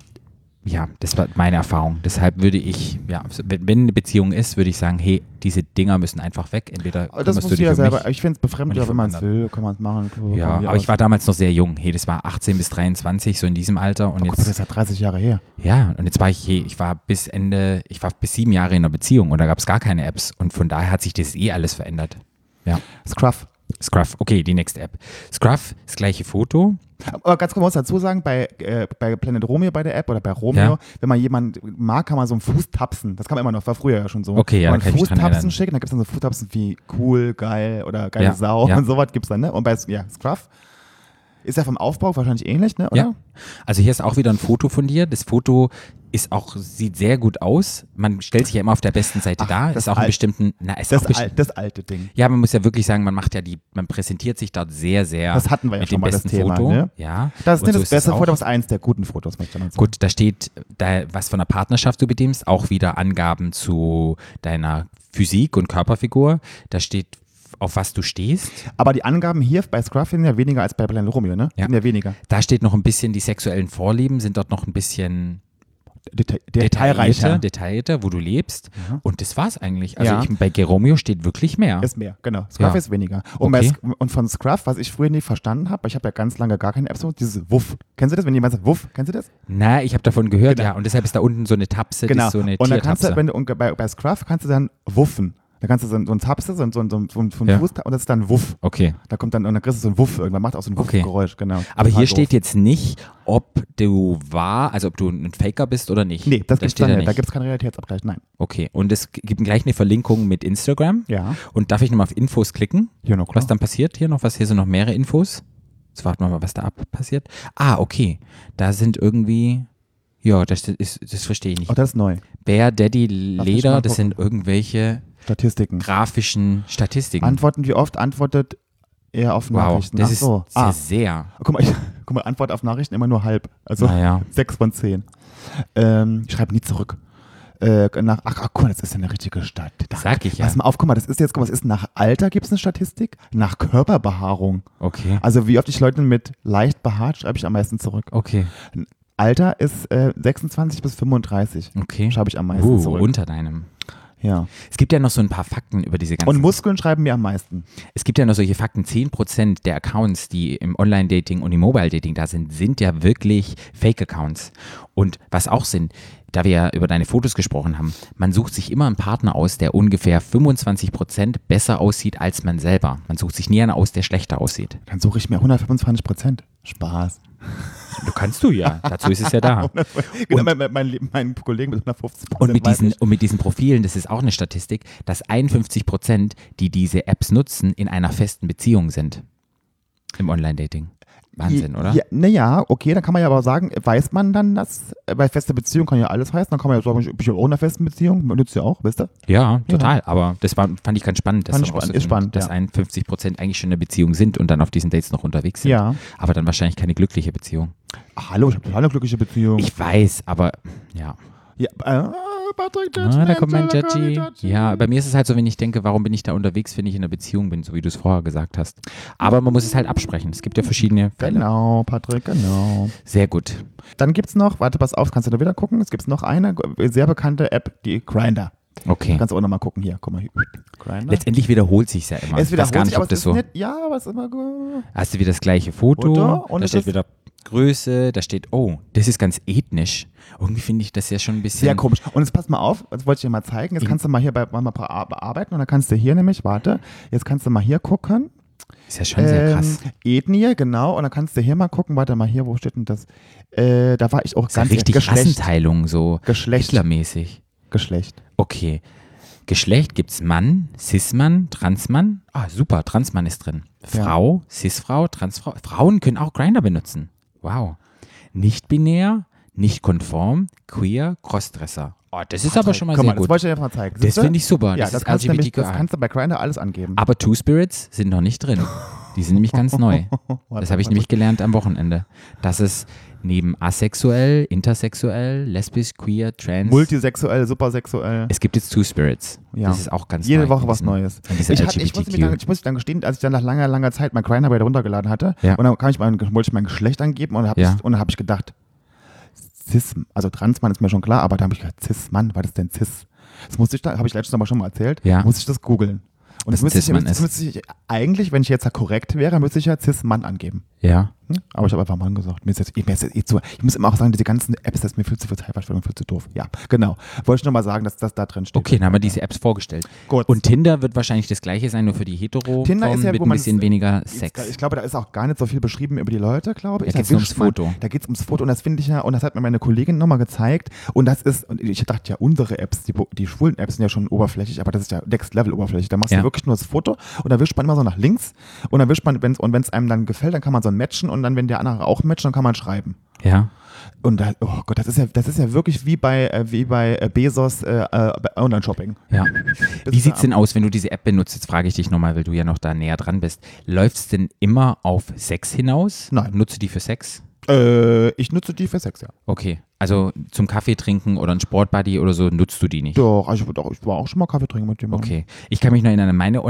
B: ja, das war meine Erfahrung. Deshalb würde ich, ja, wenn wenn eine Beziehung ist, würde ich sagen, hey, diese Dinger müssen einfach weg. Entweder
A: Aber das
B: kümmerst
A: muss
B: du dich
A: jeder
B: um
A: selber.
B: mich.
A: Ich finde es
B: Und ich
A: befremdlich, wenn man es
B: verwundert.
A: will, kann man es machen.
B: Ja, aber ich war damals noch sehr jung. Hey, das war 18 bis 23, so in diesem Alter. Und
A: Oh Gott, das ist
B: jetzt
A: ja 30 Jahre her.
B: ja, und jetzt war ich, hey, ich war bis Ende, ich war bis sieben Jahre in einer Beziehung und da gab es gar keine Apps und von daher hat sich das eh alles verändert. Ja.
A: Scruff.
B: Scruff, okay, die nächste App. Scruff, das gleiche Foto.
A: Aber ganz kurz muss ich dazu sagen, bei, äh, bei Planet Romeo bei der App oder bei Romeo,
B: Ja.
A: wenn man jemanden mag, kann man so einen Fuß tapsen. Das kann man immer noch, war früher ja schon so.
B: Okay, ja,
A: Wenn man
B: da kann ich mich dran
A: Fußtapsen
B: erinnern.
A: schickt, dann gibt es dann so Fußtapsen wie cool, geil oder geile
B: Ja,
A: Sau
B: ja.
A: und sowas gibt es dann, ne? Und bei ja, Scruff ist ja vom Aufbau wahrscheinlich ähnlich, ne? Oder?
B: Ja. Also hier ist auch wieder ein Foto von dir. Das Foto ist auch, sieht sehr gut aus. Man stellt sich ja immer auf der besten Seite
A: Ach,
B: dar.
A: das
B: Ist auch
A: Al-
B: in bestimmten, na, ist
A: Das,
B: auch besti-
A: al das alte Ding.
B: Ja, man muss ja wirklich sagen, man macht ja die, man präsentiert sich dort sehr, sehr.
A: Das hatten wir ja
B: mit
A: schon
B: dem
A: mal, das
B: besten
A: Thema,
B: Foto.
A: ne?
B: Ja.
A: Das ist
B: Und
A: nicht
B: so
A: das
B: es
A: beste
B: auch.
A: Foto, das ist eins der guten Fotos, möchte ich dann sagen.
B: Gut, da steht, da, was von einer Partnerschaft du bedienst, auch wieder Angaben zu deiner Physik und Körperfigur. Da steht, auf was du stehst.
A: Aber die Angaben hier bei Scruff sind ja weniger als bei Planet Romeo, ne?
B: Ja.
A: Sind ja weniger.
B: Da steht noch ein bisschen die sexuellen Vorlieben, sind dort noch ein bisschen
A: Deta
B: detaillierter,
A: detailreicher.
B: detaillierter wo du lebst. Und das war's eigentlich. Also
A: Ja.
B: ich, bei Geromeo steht wirklich mehr.
A: Ist mehr, genau. Scruff
B: Ja.
A: ist weniger. Und, bei
B: Okay.
A: Sc- und von Scruff, was ich früher nicht verstanden habe, weil ich habe ja ganz lange gar keine Apps benutzt, dieses Wuff. Kennst du das, wenn jemand sagt Wuff? Kennst du das?
B: Na, ich habe davon gehört, ja. Und deshalb ist da unten so eine Tapse, das ist so eine
A: Genau. und dann kannst du,
B: Tiertapse.
A: wenn du, und bei, bei Scruff kannst du dann wuffen. Da kannst du so, ein- so ein Tapse, so, ein- so, ein- so, ein- so ein so ein
B: Ja.
A: Fuß, und das ist dann Wuff.
B: Okay.
A: Da kommt dann, und dann kriegst du so ein Wuff irgendwann, macht auch so ein
B: Okay.
A: Wuff-Geräusch, genau.
B: Aber
A: Total
B: hier
A: doof.
B: steht jetzt nicht, ob du war, also ob du ein Faker bist oder nicht.
A: Nee, das, gibt's
B: steht
A: dann
B: da
A: nicht. Da
B: nicht.
A: gibt's keinen Realitätsabgleich, nein.
B: Okay, und es g- gibt gleich eine Verlinkung mit Instagram.
A: Ja.
B: Und darf ich nochmal auf Infos klicken?
A: Ja, na klar.
B: Was dann passiert hier noch? Was hier sind noch mehrere Infos? Jetzt warten wir mal, was da ab passiert. Ah, okay. Da sind irgendwie. Ja, das, ist, das verstehe ich nicht.
A: Oh, das ist neu.
B: Bear Daddy
A: Lass mich mal
B: Leder, das sind irgendwelche
A: Statistiken.
B: grafischen Statistiken.
A: Antworten, wie oft antwortet er auf
B: wow,
A: Nachrichten?
B: das
A: Ach
B: ist
A: so.
B: sehr,
A: Ah.
B: sehr.
A: Guck mal, ich, guck mal, Antwort auf Nachrichten immer nur halb. Also
B: Naja.
A: sechs von zehn. Ähm, ich schreibe nie zurück. Äh, nach, ach, ach, guck mal, das ist ja eine richtige Stadt. Da,
B: Sag ich ja.
A: Pass mal auf, guck mal, das ist jetzt, guck mal, es ist nach Alter gibt es eine Statistik, nach Körperbehaarung.
B: Okay.
A: Also wie oft ich Leuten mit leicht behaart schreibe ich am meisten zurück.
B: Okay.
A: Alter ist äh, 26 bis 35.
B: Okay.
A: Schreibe ich am meisten
B: Uh,
A: zurück.
B: unter deinem.
A: Ja.
B: Es gibt ja noch so ein paar Fakten über diese ganzen
A: Und Muskeln schreiben mir am meisten.
B: Es gibt ja noch solche Fakten, 10% der Accounts, die im Online-Dating und im Mobile-Dating da sind, sind ja wirklich Fake-Accounts. Und was auch sind, da wir ja über deine Fotos gesprochen haben, man sucht sich immer einen Partner aus, der ungefähr 25% besser aussieht als man selber. Man sucht sich nie einen aus, der schlechter aussieht.
A: Dann suche ich mir 125 Prozent. Spaß.
B: Du kannst du ja. Dazu ist es ja da.
A: Genau, mein, mein, mein, mein Kollegen mit 150
B: Und mit,
A: weiß
B: diesen,
A: ich.
B: und mit diesen Profilen, das ist auch eine Statistik, dass 51 Prozent, die diese Apps nutzen, in einer festen Beziehung sind. Im Online-Dating. Wahnsinn, oder?
A: Ja, naja, okay, dann kann man ja aber sagen, weiß man dann das? Bei fester Beziehung kann ja alles heißen, dann kann man ja sagen, ich bin ja auch in einer festen Beziehung, man nützt ja auch, wisst ihr?
B: Ja, total. Aber das war, fand ich ganz spannend, das
A: Fand ich
B: so
A: spannend, ist
B: rauszufinden,
A: spannend,
B: dass
A: ja.
B: 51 Prozent eigentlich schon in einer Beziehung sind und dann auf diesen Dates noch unterwegs sind.
A: Ja.
B: Aber dann wahrscheinlich keine glückliche Beziehung.
A: Ah, Hallo, ich habe total eine glückliche Beziehung.
B: Ich weiß, aber ja.
A: ja, äh, Patrick,
B: Ah, da kommt mein
A: da kommt
B: Judgy.
A: der Judgy.
B: Ja, bei mir ist es halt so, wenn ich denke, warum bin ich da unterwegs, wenn ich in einer Beziehung bin, so wie du es vorher gesagt hast. Aber man muss es halt absprechen. Es gibt ja verschiedene Fälle.
A: Genau, Patrick, genau.
B: Sehr gut.
A: Dann gibt's noch, warte, pass auf, kannst du da wieder gucken, es gibt noch eine sehr bekannte App, die Grinder.
B: Okay.
A: Kannst du auch nochmal gucken, hier, guck mal hier. Grinder.
B: Letztendlich wiederholt sich ja immer.
A: Es
B: ich weiß gar
A: wiederholt
B: nicht,
A: sich, aber
B: ob
A: es
B: das
A: ist
B: so.
A: nicht, ja, aber es ist immer gut.
B: Hast du wieder das gleiche Foto?
A: Foto und
B: da
A: es
B: steht
A: ist-
B: wieder Größe, da steht, oh, das ist ganz ethnisch. Irgendwie finde ich das ja schon ein bisschen.
A: Sehr komisch. Und jetzt pass mal auf, das wollte ich dir mal zeigen.
B: Mhm.
A: Jetzt kannst du mal hier bei, mal ein paar ar- bearbeiten und dann kannst du hier nämlich, warte, jetzt kannst du mal hier gucken.
B: Ist ja schon sehr krass.
A: Ähm, Ethnie, genau. Und dann kannst du hier mal gucken, warte mal hier, wo steht denn das? Äh, da war ich auch
B: Ist ja
A: ganz
B: richtig
A: Geschlecht.
B: Rassenteilung, so
A: Geschlecht.
B: hitlermäßig.
A: Geschlecht.
B: Okay. Geschlecht gibt's Mann, Cis-Mann, Transmann. Ah, super, Transmann ist drin.
A: Ja.
B: Frau, Cis-Frau, Transfrau. Frauen können auch Grinder benutzen. Wow. Nicht binär, nicht konform, queer, Crossdresser. Oh, das ist aber schon mal
A: Guck
B: sehr
A: mal,
B: gut.
A: das wollte ich dir mal zeigen.
B: Das finde ich super.
A: Ja,
B: Das
A: das,
B: ist
A: kannst du nämlich, das
B: LGBTQI.
A: kannst du bei Grinder alles angeben.
B: Aber Two Spirits sind noch nicht drin. Die sind nämlich ganz neu. Das habe ich nämlich gelernt am Wochenende. Dass es neben asexuell, intersexuell, lesbisch, queer, trans.
A: Multisexuell, supersexuell.
B: es gibt jetzt Two Spirits.
A: Ja.
B: Das ist auch ganz
A: Jede
B: neu
A: Woche was
B: gewesen.
A: Neues.
B: Und diese
A: Ich, hab, ich, muss mir dann,
B: LGBTQ.
A: ich muss dann gestehen, als ich dann nach langer, langer Zeit mein Grinder wieder runtergeladen hatte,
B: Ja.
A: und dann kam ich mein, wollte ich mein Geschlecht angeben und, hab
B: Ja.
A: ich, und dann habe ich gedacht, Cis, also Transmann ist mir schon klar, aber da habe ich gedacht, Cis-Mann, was ist denn Cis? Das musste ich da, habe ich letztes Mal schon mal erzählt,
B: Ja.
A: muss ich das googeln. Und
B: Was
A: das
B: ein
A: müsste ich,
B: Cis-Mann
A: das müsste ich eigentlich, wenn ich jetzt da korrekt wäre, müsste ich ja Cis-Mann angeben.
B: Ja.
A: Hm? Aber ich habe einfach Mann gesagt. Mir ist jetzt, mir ist jetzt eh zu, ich muss immer auch sagen, diese ganzen Apps, das ist mir viel zu viel Zeitverschwendung, viel zu doof. Ja, genau. Wollte ich nur mal sagen, dass das da drin steht.
B: Okay, dann haben wir diese Apps vorgestellt.
A: Gut.
B: Und Tinder wird wahrscheinlich das gleiche sein, nur für die hetero
A: Tinder ist ja,
B: mit
A: wo
B: ein
A: man
B: bisschen
A: es-
B: weniger
A: Jetzt-
B: Sex.
A: Ich glaube, da ist auch gar nicht so viel beschrieben über die Leute, glaube ich.
B: Da geht's nur
A: wischt
B: ums
A: man-
B: Foto.
A: Da geht es ums Foto und das finde ich ja, und das hat mir meine Kollegin nochmal gezeigt. Und das ist, und ich dachte ja, unsere Apps, die, die schwulen Apps sind ja schon oberflächlich, aber das ist ja Next Level oberflächlich. Da machst
B: Ja.
A: du wirklich nur das Foto und dann wischt man immer so nach links und dann wischt man, wenn's, und wenn es einem dann gefällt, dann kann man so ein Matchen und dann, wenn der andere auch matcht, dann kann man schreiben.
B: Ja.
A: Und da, oh Gott, das ist ja, das ist ja wirklich wie bei, äh, wie bei äh, Bezos äh, äh, bei Online-Shopping.
B: Ja. Wie
A: ist
B: sieht's
A: da-
B: denn aus, wenn du diese App benutzt? Jetzt frage ich dich nochmal, weil du ja noch da näher dran bist. Läuft's denn immer auf Sex hinaus?
A: Nein.
B: Nutze die für Sex?
A: Äh, ich nutze die für Sex, ja.
B: Okay. Also zum Kaffee trinken oder ein Sportbuddy oder so nutzt du die nicht?
A: Doch, also ich, doch, ich war auch schon mal Kaffee trinken mit jemandem.
B: Okay. Ich kann mich noch erinnern an meine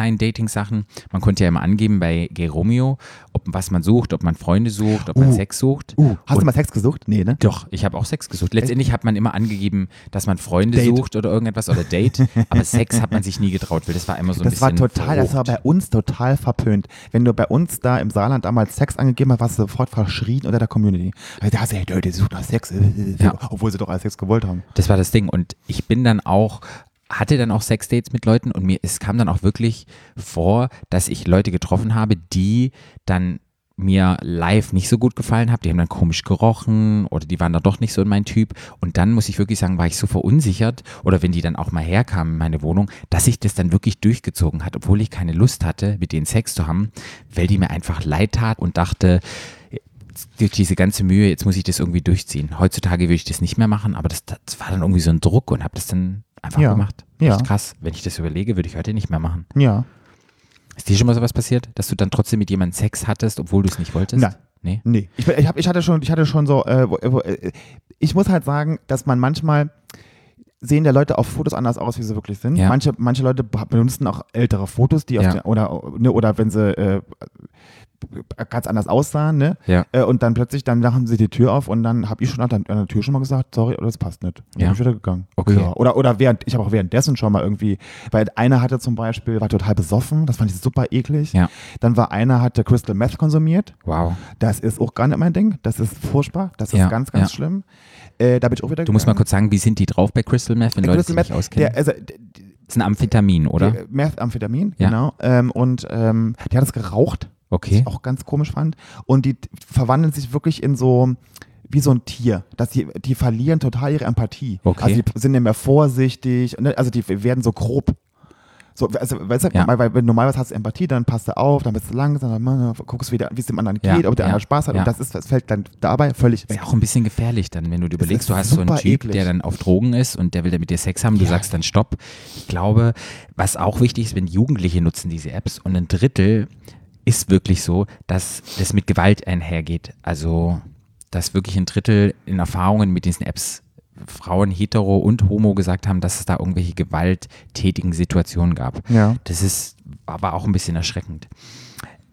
B: Online-Dating-Sachen. Man konnte ja immer angeben bei Geromeo, ob was man sucht, ob man Freunde sucht, ob man
A: Uh.
B: Sex sucht.
A: Uh, hast
B: Und-
A: du mal Sex gesucht? Nee, ne?
B: Doch, ich habe auch Sex gesucht. Letztendlich hat man immer angegeben, dass man Freunde
A: Date.
B: sucht oder irgendetwas oder Date, aber Sex hat man sich nie getraut, weil das war immer so ein
A: Das war
B: bisschen.
A: total, das war
B: verrucht.
A: bei uns total verpönt. Wenn du bei uns da im Saarland damals Sex angegeben hast, warst du sofort verschrien unter der Community. Also, Da hast du, hey, Leute, die suchen nach Sex. äh,
B: Ja.
A: Obwohl sie doch alles Sex gewollt haben.
B: Das war das Ding. Und ich bin dann auch, hatte dann auch Sexdates mit Leuten und mir, es kam dann auch wirklich vor, dass ich Leute getroffen habe, die dann mir live nicht so gut gefallen haben. Die haben dann komisch gerochen oder die waren dann doch nicht so mein Typ. Und dann muss ich wirklich sagen, war ich so verunsichert oder wenn die dann auch mal herkamen in meine Wohnung, dass ich das dann wirklich durchgezogen hat, obwohl ich keine Lust hatte, mit denen Sex zu haben, weil die mir einfach leid tat und dachte, durch diese ganze Mühe, jetzt muss ich das irgendwie durchziehen. Heutzutage würde ich das nicht mehr machen, aber das, das war dann irgendwie so ein Druck und habe das dann einfach
A: Ja.
B: gemacht.
A: Ja.
B: Echt krass. Wenn ich das überlege, würde ich heute nicht mehr machen.
A: Ja.
B: Ist dir schon mal sowas passiert, dass du dann trotzdem mit jemandem Sex hattest, obwohl du es nicht wolltest?
A: Nein.
B: Nee?
A: Nee. Ich, bin- ich, hab, ich, hatte, schon, ich hatte schon so, äh, wo, wo, äh, ich muss halt sagen, dass man manchmal sehen der Leute auf Fotos anders aus, wie sie wirklich sind.
B: Ja.
A: Manche, manche Leute be- benutzen auch ältere Fotos, die auf
B: Ja.
A: den, oder, ne, oder wenn sie äh, ganz anders aussahen, ne?
B: Ja.
A: Äh, und dann plötzlich, dann machen sie die Tür auf und dann habe ich schon an der, an der Tür schon mal gesagt, sorry, das passt nicht. Und dann
B: Ja.
A: bin ich wieder gegangen.
B: Okay.
A: Ja. Oder, oder während, ich habe auch währenddessen schon mal irgendwie, weil einer hatte zum Beispiel, war total besoffen, das fand ich super eklig.
B: Ja.
A: Dann war einer, hatte Crystal Meth konsumiert.
B: Wow.
A: Das ist auch gar nicht mein Ding. Das ist furchtbar. Das ist
B: Ja,
A: ganz, ganz
B: ja.
A: schlimm. Äh, da bin ich auch wieder
B: Du musst mal kurz sagen, wie sind die drauf bei Crystal Meth, wenn
A: Der
B: Leute
A: Crystal
B: sich nicht
A: Meth,
B: auskennen?
A: der, äh, also, der,
B: das ist ein Amphetamin, oder?
A: der Methamphetamin,
B: Ja. Oh.
A: genau. Ähm, und ähm, der hat es geraucht.
B: Okay.
A: auch ganz komisch fand. Und die t- verwandeln sich wirklich in so wie so ein Tier, dass die, die verlieren total ihre Empathie.
B: Okay.
A: Also die sind nicht mehr vorsichtig, ne? also die werden so grob. So, also, weißt du,
B: Ja.
A: weil, weil wenn du normalerweise hast du Empathie, dann passt du auf, dann bist du langsam, dann ne, guckst, wie der- wie es dem anderen
B: Ja,
A: geht, ob der
B: ja,
A: andere Spaß hat.
B: ja.
A: Und das ist, das fällt dann dabei völlig
B: Ist
A: weg.
B: ja auch ein bisschen gefährlich dann, wenn du dir überlegst,
A: ist
B: du hast so einen
A: super
B: Typ,
A: eklig.
B: der dann auf Drogen ist und der will dann mit dir Sex haben, du sagst dann Stopp. Ich glaube, was auch wichtig ist, wenn Jugendliche nutzen diese Apps und ein Drittel ist wirklich so, dass das mit Gewalt einhergeht. Also, dass wirklich ein Drittel in Erfahrungen mit diesen Apps Frauen hetero und homo gesagt haben, dass es da irgendwelche gewalttätigen Situationen gab.
A: Ja.
B: Das ist aber auch ein bisschen erschreckend.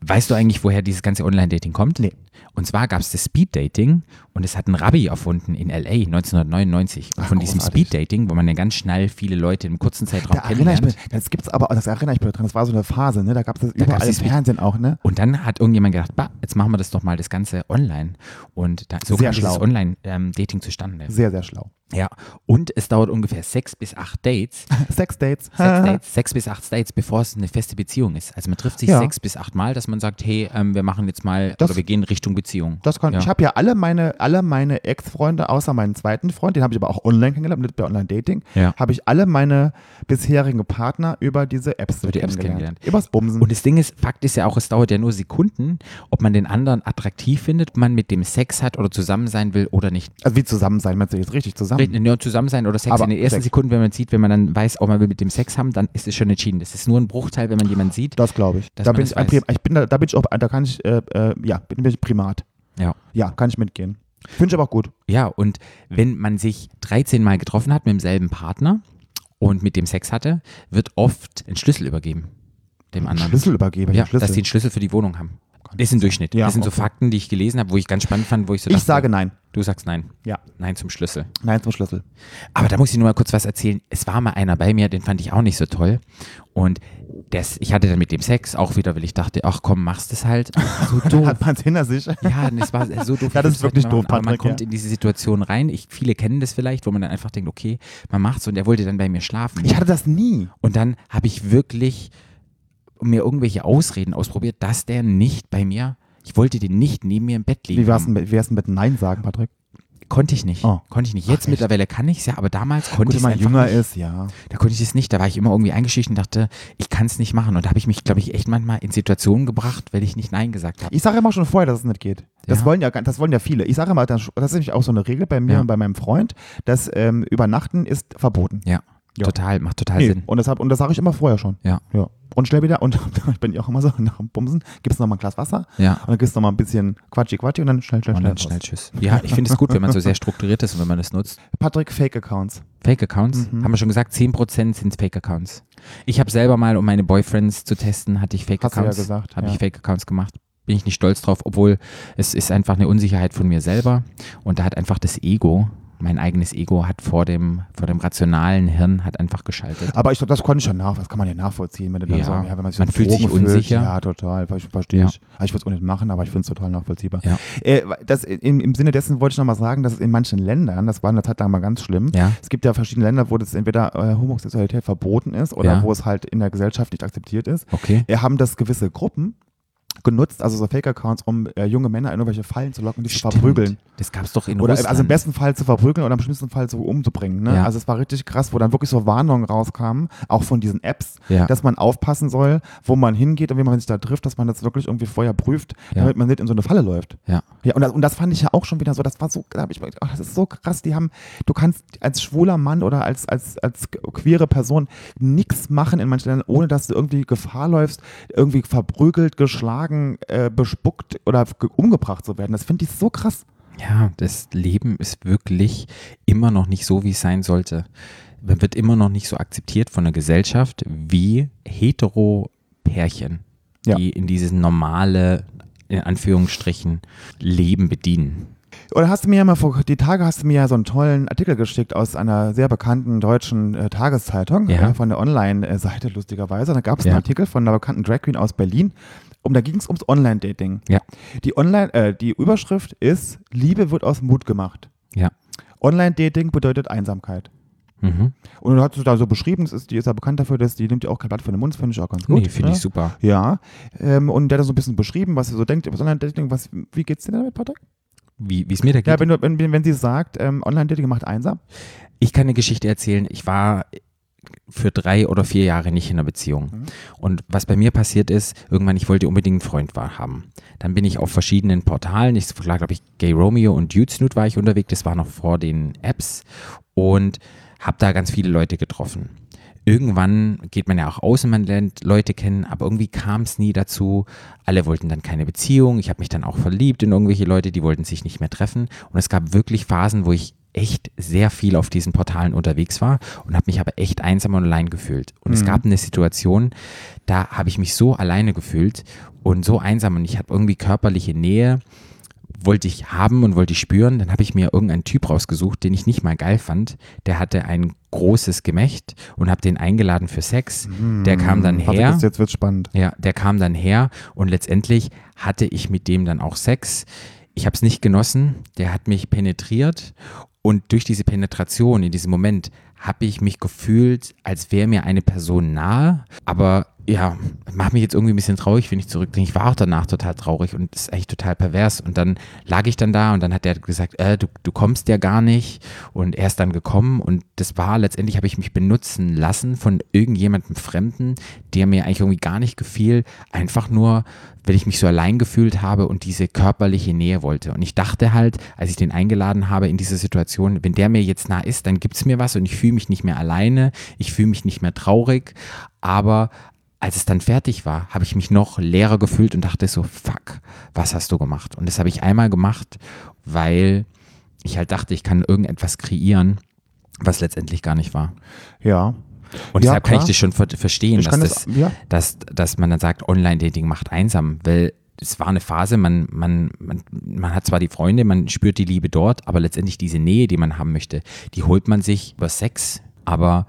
B: Weißt du eigentlich, woher dieses ganze Online-Dating kommt? Nee. Und zwar gab es das Speed-Dating und es hat ein Rabbi erfunden in L.A. 1999. Und
A: Ach,
B: von diesem
A: großartig.
B: Speed-Dating, wo man dann ganz schnell viele Leute im kurzen Zeitraum
A: Da erinnere ich mich,
B: kennenlernt.
A: das gibt's aber, das erinnere ich mich dran, das war so eine Phase, ne? Da gab es das überall
B: gab's
A: im
B: die Speed-
A: Fernsehen auch, ne?
B: Und dann hat irgendjemand gedacht, bah, jetzt machen wir das doch mal das Ganze online. Und da, so
A: Sehr
B: kam dieses
A: schlau.
B: Online-Dating zustande.
A: Sehr, sehr schlau.
B: Ja. Und es dauert ungefähr sechs bis acht Dates,
A: Sex Dates.
B: sechs, Dates, sechs bis acht Dates, bevor es eine feste Beziehung ist. Also man trifft sich
A: Ja.
B: sechs bis acht Mal, dass man sagt, hey, ähm, wir machen jetzt mal,
A: Das-
B: oder wir gehen Richtung Beziehung.
A: Das kann,
B: ja.
A: Ich habe ja alle meine, alle meine Ex-Freunde, außer meinen zweiten Freund, den habe ich aber auch online kennengelernt, nicht bei Online-Dating,
B: Ja.
A: habe ich alle meine bisherigen Partner über diese Apps,
B: Über die Apps kennengelernt.
A: Übers Bumsen.
B: Und das Ding ist, Fakt ist ja auch, es dauert ja nur Sekunden, ob man den anderen attraktiv findet, ob man mit dem Sex hat oder zusammen sein will oder nicht.
A: also wie zusammen sein, man jetzt richtig zusammen.
B: Reden, Nur zusammen sein oder Sex
A: Aber
B: in den ersten
A: Sex.
B: Sekunden, wenn man sieht, wenn man dann weiß, oh, man will mit dem Sex haben, dann ist es schon entschieden. Das ist nur ein Bruchteil, wenn man jemanden sieht.
A: Das glaube ich.
B: Dass
A: Da
B: man
A: bin
B: das
A: ich, ein
B: weiß.
A: Prim- ich bin da, da bin ich auch, da kann ich, äh, äh, ja, bin ich Primat.
B: Ja.
A: Ja, kann ich mitgehen. Finde ich aber auch gut.
B: Ja, und wenn man sich 13 Mal getroffen hat mit demselben Partner und mit dem Sex hatte, wird oft ein Schlüssel übergeben. Dem anderen.
A: Schlüssel übergeben.
B: Ja,
A: Schlüssel.
B: dass die einen Schlüssel für die Wohnung haben. Das ist ein Durchschnitt.
A: Ja,
B: das sind so
A: okay.
B: Fakten, die ich gelesen habe, wo ich ganz spannend fand, wo ich so
A: ich
B: dachte,
A: sage nein.
B: Du sagst nein.
A: Ja,
B: Nein zum Schlüssel.
A: nein zum Schlüssel.
B: Aber da muss ich nur mal kurz was erzählen. Es war mal einer bei mir, den fand ich auch nicht so toll. Und das, ich hatte dann mit dem Sex auch wieder, weil ich dachte, ach komm, machst es halt. So doof.
A: Hat man es hinter sich?
B: Ja, und es war so doof.
A: Ja, das ist
B: Ich
A: wirklich
B: wollte
A: doof,
B: Aber man
A: Patrick,
B: kommt
A: ja.
B: in diese Situation rein. Ich, viele kennen das vielleicht, wo man dann einfach denkt, okay, man macht's und er wollte dann bei mir schlafen.
A: Ich hatte das nie.
B: Und dann habe ich wirklich mir irgendwelche Ausreden ausprobiert, dass der nicht bei mir, ich wollte den nicht neben mir im Bett liegen.
A: Wie wär's
B: haben.
A: denn, mit- wie wär's denn mit Nein sagen, Patrick?
B: Konnte ich nicht.
A: Oh.
B: Konnte ich nicht. Jetzt
A: echt?
B: mittlerweile kann ich es ja, aber damals konnte
A: Gut,
B: ich
A: wenn
B: es
A: man
B: einfach
A: jünger
B: nicht.
A: ist, ja.
B: Da konnte ich es nicht. Da war ich immer irgendwie eingeschüchtert und dachte, ich kann es nicht machen. Und da habe ich mich, glaube ich, echt manchmal in Situationen gebracht, weil ich nicht Nein gesagt habe.
A: Ich sage immer schon vorher, dass es nicht geht. Das
B: Ja.
A: wollen ja, gar- das wollen ja viele. Ich sage immer, das das ist nämlich auch so eine Regel bei mir
B: Ja.
A: und bei meinem Freund, dass ähm, Übernachten ist verboten.
B: Ja,
A: Ja.
B: total. Macht total
A: Nee.
B: Sinn.
A: Und das, hab- und das sage ich immer vorher schon.
B: Ja.
A: ja. Und schnell wieder, und ich bin ja auch immer so nach dem Bumsen, gibst noch mal ein Glas Wasser
B: Ja.
A: und dann gibst noch mal ein bisschen Quatschi Quatschi und dann schnell, schnell,
B: Und
A: schnell.
B: dann
A: raus.
B: schnell Tschüss. Ja, ich finde es gut, wenn man so sehr strukturiert ist und wenn man das nutzt.
A: Patrick, Fake-Accounts.
B: Fake-Accounts,
A: Mhm.
B: haben wir schon gesagt, 10% sind Fake-Accounts. Ich habe selber mal, um meine Boyfriends zu testen, hatte ich
A: Hast du ja
B: Fake-Accounts.
A: gesagt,
B: Habe
A: ja.
B: ich Fake-Accounts gemacht. Bin ich nicht stolz drauf, obwohl es ist einfach eine Unsicherheit von mir selber. Und da hat einfach das Ego, mein eigenes Ego hat vor dem, vor dem rationalen Hirn hat einfach geschaltet.
A: Aber ich glaube, das konnte ich schon nach, das kann man ja nachvollziehen, wenn du dann
B: Ja.
A: so, ja, wenn man sich
B: Man
A: auf
B: fühlt sich
A: Drogen fühlt.
B: unsicher.
A: Ja, total, ver- verstehe
B: Ja.
A: ich. Also ich würde es auch nicht machen, aber ich finde es total nachvollziehbar.
B: Ja.
A: Äh, das, im, Im Sinne dessen wollte ich nochmal sagen, dass es in manchen Ländern, das war in der Zeit lang mal ganz schlimm,
B: Ja.
A: es gibt ja verschiedene Länder, wo das entweder äh, Homosexualität verboten ist oder
B: Ja.
A: wo es halt in der Gesellschaft nicht akzeptiert ist.
B: Okay.
A: Wir haben das gewisse Gruppen genutzt, also so Fake-Accounts, um äh, junge Männer in irgendwelche Fallen zu locken, die
B: Stimmt.
A: zu verprügeln.
B: Das gab es doch in
A: Oder
B: Russland.
A: also im besten Fall zu verprügeln oder im schlimmsten Fall so umzubringen. Ne?
B: Ja.
A: Also es war richtig krass, wo dann wirklich so Warnungen rauskamen, auch von diesen Apps,
B: Ja.
A: dass man aufpassen soll, wo man hingeht und wie man sich da trifft, dass man das wirklich irgendwie vorher prüft,
B: Ja.
A: damit man nicht in so eine Falle läuft.
B: Ja.
A: Ja, und das, und das fand ich ja auch schon wieder so, das war so, da hab ich mir gedacht, oh, das ist so krass, die haben, du kannst als schwuler Mann oder als, als, als queere Person nichts machen in manchen Ländern, ohne dass du irgendwie Gefahr läufst, irgendwie verprügelt, geschlagen, äh, bespuckt oder ge- umgebracht zu werden. Das finde ich so krass.
B: Ja, das Leben ist wirklich immer noch nicht so, wie es sein sollte. Man wird immer noch nicht so akzeptiert von der Gesellschaft wie Hetero-Pärchen,
A: Ja.
B: die in dieses normale, in Anführungsstrichen, Leben bedienen.
A: Oder hast du mir ja mal vor, die Tage hast du mir ja so einen tollen Artikel geschickt aus einer sehr bekannten deutschen äh, Tageszeitung,
B: Ja.
A: äh, von der Online-Seite lustigerweise. Da gab es
B: Ja.
A: einen Artikel von einer bekannten Drag Queen aus Berlin. Um, da ging es ums Online-Dating.
B: Ja,
A: Die, Online, äh, die Überschrift ist, Liebe wird aus Mut gemacht.
B: ja.
A: Online-Dating bedeutet Einsamkeit.
B: Mhm.
A: Und du hast es da so beschrieben, es ist, die ist ja bekannt dafür, dass die nimmt ja auch kein Blatt von den Mund, finde ich auch ganz gut.
B: nee, finde
A: ne?
B: ich super.
A: Ja, ähm, und der hat das so ein bisschen beschrieben, was sie so denkt über das Online-Dating. Was, wie geht's dir damit, Patrick?
B: Wie wie es mir da geht.
A: Ja, wenn, du, wenn, wenn sie sagt, ähm, Online-Dating macht einsam.
B: ich kann eine Geschichte erzählen. Ich war für drei oder vier Jahre nicht in einer Beziehung. Und was bei mir passiert ist, irgendwann, ich wollte unbedingt einen Freund wa- haben. Dann bin ich auf verschiedenen Portalen, ich verklag, glaube ich, Gay Romeo und Dudesnude war ich unterwegs, das war noch vor den Apps und habe da ganz viele Leute getroffen. Irgendwann geht man ja auch aus und man lernt Leute kennen, aber irgendwie kam es nie dazu. Alle wollten dann keine Beziehung. Ich habe mich dann auch verliebt in irgendwelche Leute, die wollten sich nicht mehr treffen. Und es gab wirklich Phasen, wo ich echt sehr viel auf diesen Portalen unterwegs war und habe mich aber echt einsam und allein gefühlt. Und es gab eine Situation, da habe ich mich so alleine gefühlt und so einsam und ich habe irgendwie körperliche Nähe wollte ich haben und wollte ich spüren. Dann habe ich mir irgendeinen Typ rausgesucht, den ich nicht mal geil fand. Der hatte ein großes Gemächt und habe den eingeladen für Sex.
A: Mhm.
B: Der kam dann
A: Patrick,
B: her.
A: das- Jetzt wird's spannend.
B: Ja, der kam dann her und letztendlich hatte ich mit dem dann auch Sex. Ich habe es nicht genossen, der hat mich penetriert und durch diese Penetration in diesem Moment habe ich mich gefühlt, als wäre mir eine Person nahe, aber ja, macht mich jetzt irgendwie ein bisschen traurig, wenn ich zurückdenke. Ich war auch danach total traurig und das ist eigentlich total pervers. Und dann lag ich dann da und dann hat der gesagt, äh, du, du kommst ja gar nicht. Und er ist dann gekommen und das war letztendlich, habe ich mich benutzen lassen von irgendjemandem Fremden, der mir eigentlich irgendwie gar nicht gefiel. Einfach nur, weil ich mich so allein gefühlt habe und diese körperliche Nähe wollte. Und ich dachte halt, als ich den eingeladen habe in diese Situation, wenn der mir jetzt nah ist, dann gibt's mir was und ich fühle mich nicht mehr alleine, ich fühle mich nicht mehr traurig. Aber als es dann fertig war, habe ich mich noch leerer gefühlt und dachte so, fuck, was hast du gemacht? Und das habe ich einmal gemacht, weil ich halt dachte, ich kann irgendetwas kreieren, was letztendlich gar nicht war.
A: Ja.
B: Und
A: Ja,
B: deshalb kann ich
A: klar.
B: das schon ver- verstehen,
A: Ich
B: dass,
A: kann
B: das,
A: das- ja.
B: dass, dass man dann sagt, Online-Dating macht einsam, weil es war eine Phase, man, man, man, man hat zwar die Freunde, man spürt die Liebe dort, aber letztendlich diese Nähe, die man haben möchte, die holt man sich über Sex, aber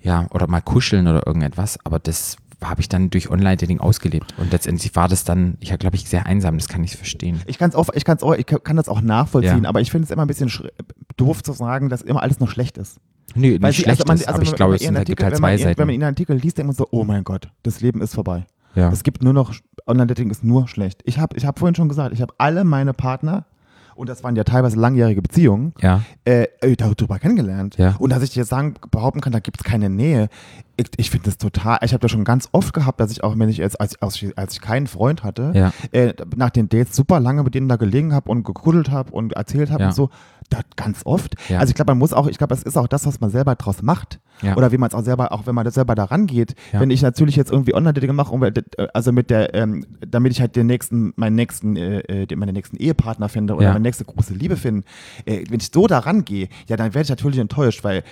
B: ja, oder mal kuscheln oder irgendetwas, aber das habe ich dann durch Online-Dating ausgelebt und letztendlich war das dann, ich glaube ich, sehr einsam, das kann ich verstehen.
A: Ich, kann's auch, ich, kann's auch, ich kann das auch nachvollziehen,
B: Ja.
A: aber ich finde es immer ein bisschen schr- doof zu sagen, dass immer alles noch schlecht ist.
B: Nö, nicht
A: sie- also
B: schlecht
A: man-
B: ist, aber ich
A: wenn
B: glaube,
A: man
B: es
A: ihren
B: sind- da gibt halt
A: wenn man
B: zwei
A: ihren- Wenn man
B: Seiten.
A: ihren Artikel liest, denkt man so, oh mein Gott, das Leben ist vorbei.
B: Ja.
A: Es gibt nur noch, Online Dating ist nur schlecht. Ich habe ich hab vorhin schon gesagt, ich habe alle meine Partner, und das waren ja teilweise langjährige Beziehungen,
B: Ja.
A: äh, äh, darüber kennengelernt.
B: Ja.
A: Und dass ich jetzt sagen, behaupten kann, da gibt es keine Nähe. Ich, ich finde das total, ich habe das schon ganz oft gehabt, dass ich auch, wenn ich jetzt, als, als, ich- als ich keinen Freund hatte,
B: Ja.
A: äh, nach den Dates super lange mit denen da gelegen habe und gekuddelt habe und erzählt habe
B: Ja.
A: und so. Das ganz oft.
B: Ja.
A: Also ich glaube, man muss auch, ich glaube, es ist auch das, was man selber draus macht.
B: Ja.
A: Oder wie man es auch selber, auch wenn man das selber da rangeht.
B: Ja.
A: Wenn ich natürlich jetzt irgendwie Online-Dating mache, um, äh, also mit der, ähm, damit ich halt den nächsten, meinen nächsten, äh, äh, den- meinen nächsten Ehepartner finde oder
B: Ja.
A: meine nächste große Liebe finden, äh, wenn ich so da rangehe, ja, dann werde ich natürlich enttäuscht, weil, äh,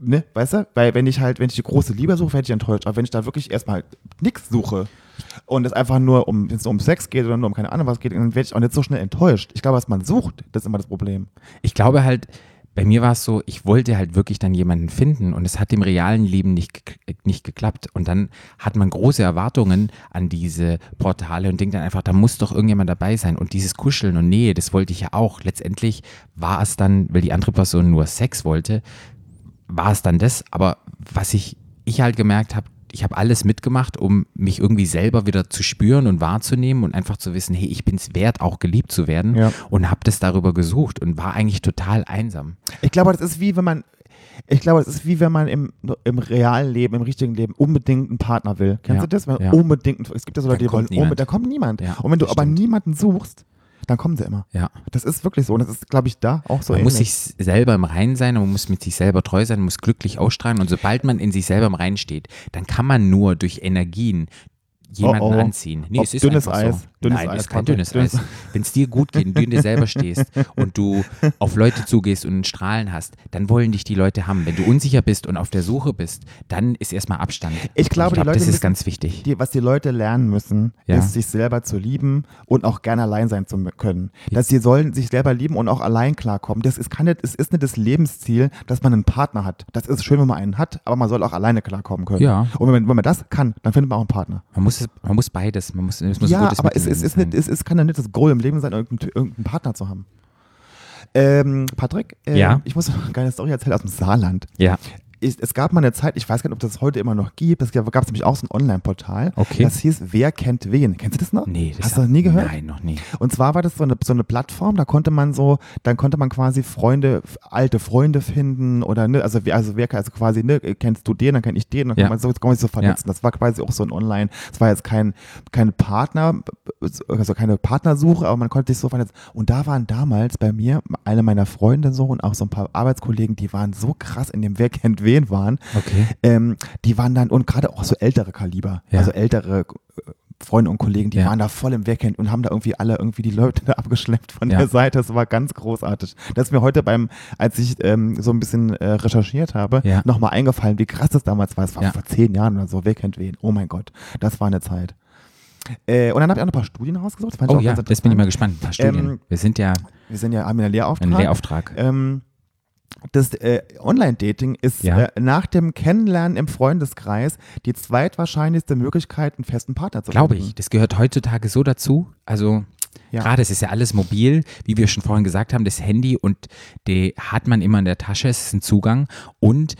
A: ne, weißt du, weil wenn ich halt, wenn ich die große Liebe suche, werde ich enttäuscht. Aber wenn ich da wirklich erstmal nichts suche und es einfach nur um, wenn es nur um Sex geht oder nur um keine Ahnung was geht, dann werde ich auch nicht so schnell enttäuscht. Ich glaube, was man sucht, das ist immer das Problem.
B: ich glaube halt, bei mir war es so, ich wollte halt wirklich dann jemanden finden und es hat im realen Leben nicht, gek- nicht geklappt. Und dann hat man große Erwartungen an diese Portale und denkt dann einfach, da muss doch irgendjemand dabei sein. Und dieses Kuscheln und Nähe, das wollte ich ja auch. Letztendlich war es dann, weil die andere Person nur Sex wollte, war es dann das. Aber was ich, ich halt gemerkt habe, ich habe alles mitgemacht, um mich irgendwie selber wieder zu spüren und wahrzunehmen und einfach zu wissen, hey, ich bin es wert, auch geliebt zu werden
A: Ja.
B: und habe das darüber gesucht und war eigentlich total einsam.
A: Ich glaube, das ist wie wenn man, ich glaube, das ist wie wenn man im, im realen Leben, im richtigen Leben unbedingt einen Partner will. Kennst
B: Ja,
A: du das? Wenn
B: ja.
A: unbedingt, es gibt ja so
B: Da
A: Leute, die wollen,
B: kommt niemand.
A: unbedingt, da kommt niemand.
B: Ja,
A: und wenn du
B: das
A: aber
B: stimmt.
A: niemanden suchst, dann kommen sie immer.
B: Ja.
A: Das ist wirklich so und das ist, glaube ich, da auch so
B: Man muss
A: ähnlich.
B: sich selber im Reinen sein, man muss mit sich selber treu sein, man muss glücklich ausstrahlen und sobald man in sich selber im Reinen steht, dann kann man nur durch Energien jemanden
A: Oh, oh.
B: anziehen. Nee,
A: Ob
B: es ist
A: dünnes
B: einfach
A: Eis,
B: so.
A: dünnes
B: Nein,
A: Eis,
B: ist kein
A: Patrick,
B: dünnes,
A: dünnes-
B: Eis. Wenn es dir gut geht, und du in dir selber stehst und du auf Leute zugehst und einen Strahlen hast, dann wollen dich die Leute haben. Wenn du unsicher bist und auf der Suche bist, dann ist erstmal Abstand.
A: Ich glaube, die Leute
B: das ist
A: müssen-
B: ganz wichtig.
A: die, was die Leute lernen müssen,
B: Ja.
A: ist, sich selber zu lieben und auch gerne allein sein zu können. Dass sie sollen sich selber lieben und auch allein klarkommen. Das ist, kann nicht, es ist nicht das Lebensziel, dass man einen Partner hat. Das ist schön, wenn man einen hat, aber man soll auch alleine klarkommen können.
B: Ja.
A: Und wenn man, wenn man das kann, dann findet man auch einen Partner.
B: Man muss, es- man muss beides. Man muss, es muss ein
A: ja,
B: gutes
A: aber es, es,
B: Mittelmaß
A: ist
B: sein.
A: nicht, es, es kann ja nicht das Goal im Leben sein, irgendeinen, irgendeinen Partner zu haben. Ähm, Patrick, ähm,
B: Ja?
A: ich muss noch eine geile Story erzählen aus dem Saarland.
B: Ja.
A: Ich, es gab mal eine Zeit, ich weiß gar nicht, ob das heute immer noch gibt, es gab es nämlich auch so ein Online-Portal,
B: Okay.
A: das hieß Wer kennt wen. Kennst du das noch?
B: Nee, das
A: Hast du das nie gehört?
B: Nein, noch nie.
A: Und zwar war das so eine, so eine Plattform, da konnte man so, dann konnte man quasi Freunde, f- alte Freunde finden oder ne, also wer, also wer, also quasi, ne, kennst du den, dann kenn ich den, dann
B: Ja.
A: kann man so, jetzt kann man sich so vernetzen. Das war quasi auch so ein Online, es war jetzt kein, kein Partner, also keine Partnersuche, aber man konnte sich so vernetzen. Und da waren damals bei mir eine meiner Freunde so und auch so ein paar Arbeitskollegen, die waren so krass in dem Wer kennt wen waren,
B: Okay.
A: ähm, die waren dann, und gerade auch so ältere Kaliber,
B: Ja.
A: also ältere äh, Freunde und Kollegen, die
B: Ja.
A: waren da voll im Weekend und haben da irgendwie alle irgendwie die Leute da abgeschleppt von
B: Ja.
A: der Seite. Das war ganz großartig. Das ist mir heute beim, als ich ähm, so ein bisschen äh, recherchiert habe,
B: Ja.
A: nochmal eingefallen, wie krass das damals war. Es war
B: Ja.
A: vor zehn Jahren oder so, Weekend wen. Oh mein Gott, das war eine Zeit. Äh, und dann habe ich auch noch ein paar Studien rausgesucht. fand ich
B: Oh
A: auch
B: ja,
A: ganz
B: das bin ich mal
A: interessant.
B: gespannt. Ein paar Studien.
A: Ähm,
B: Wir sind ja
A: Wir sind ja, haben ja einen Lehrauftrag.
B: ein Lehrauftrag.
A: Ähm, das äh, Online-Dating ist
B: Ja.
A: äh, nach dem Kennenlernen im Freundeskreis die zweitwahrscheinlichste Möglichkeit, einen festen Partner zu
B: Glaube ich.
A: finden.
B: Das gehört heutzutage so dazu. Also
A: Ja.
B: gerade, es ist ja alles mobil, wie wir schon vorhin gesagt haben, das Handy und die hat man immer in der Tasche, es ist ein Zugang. Und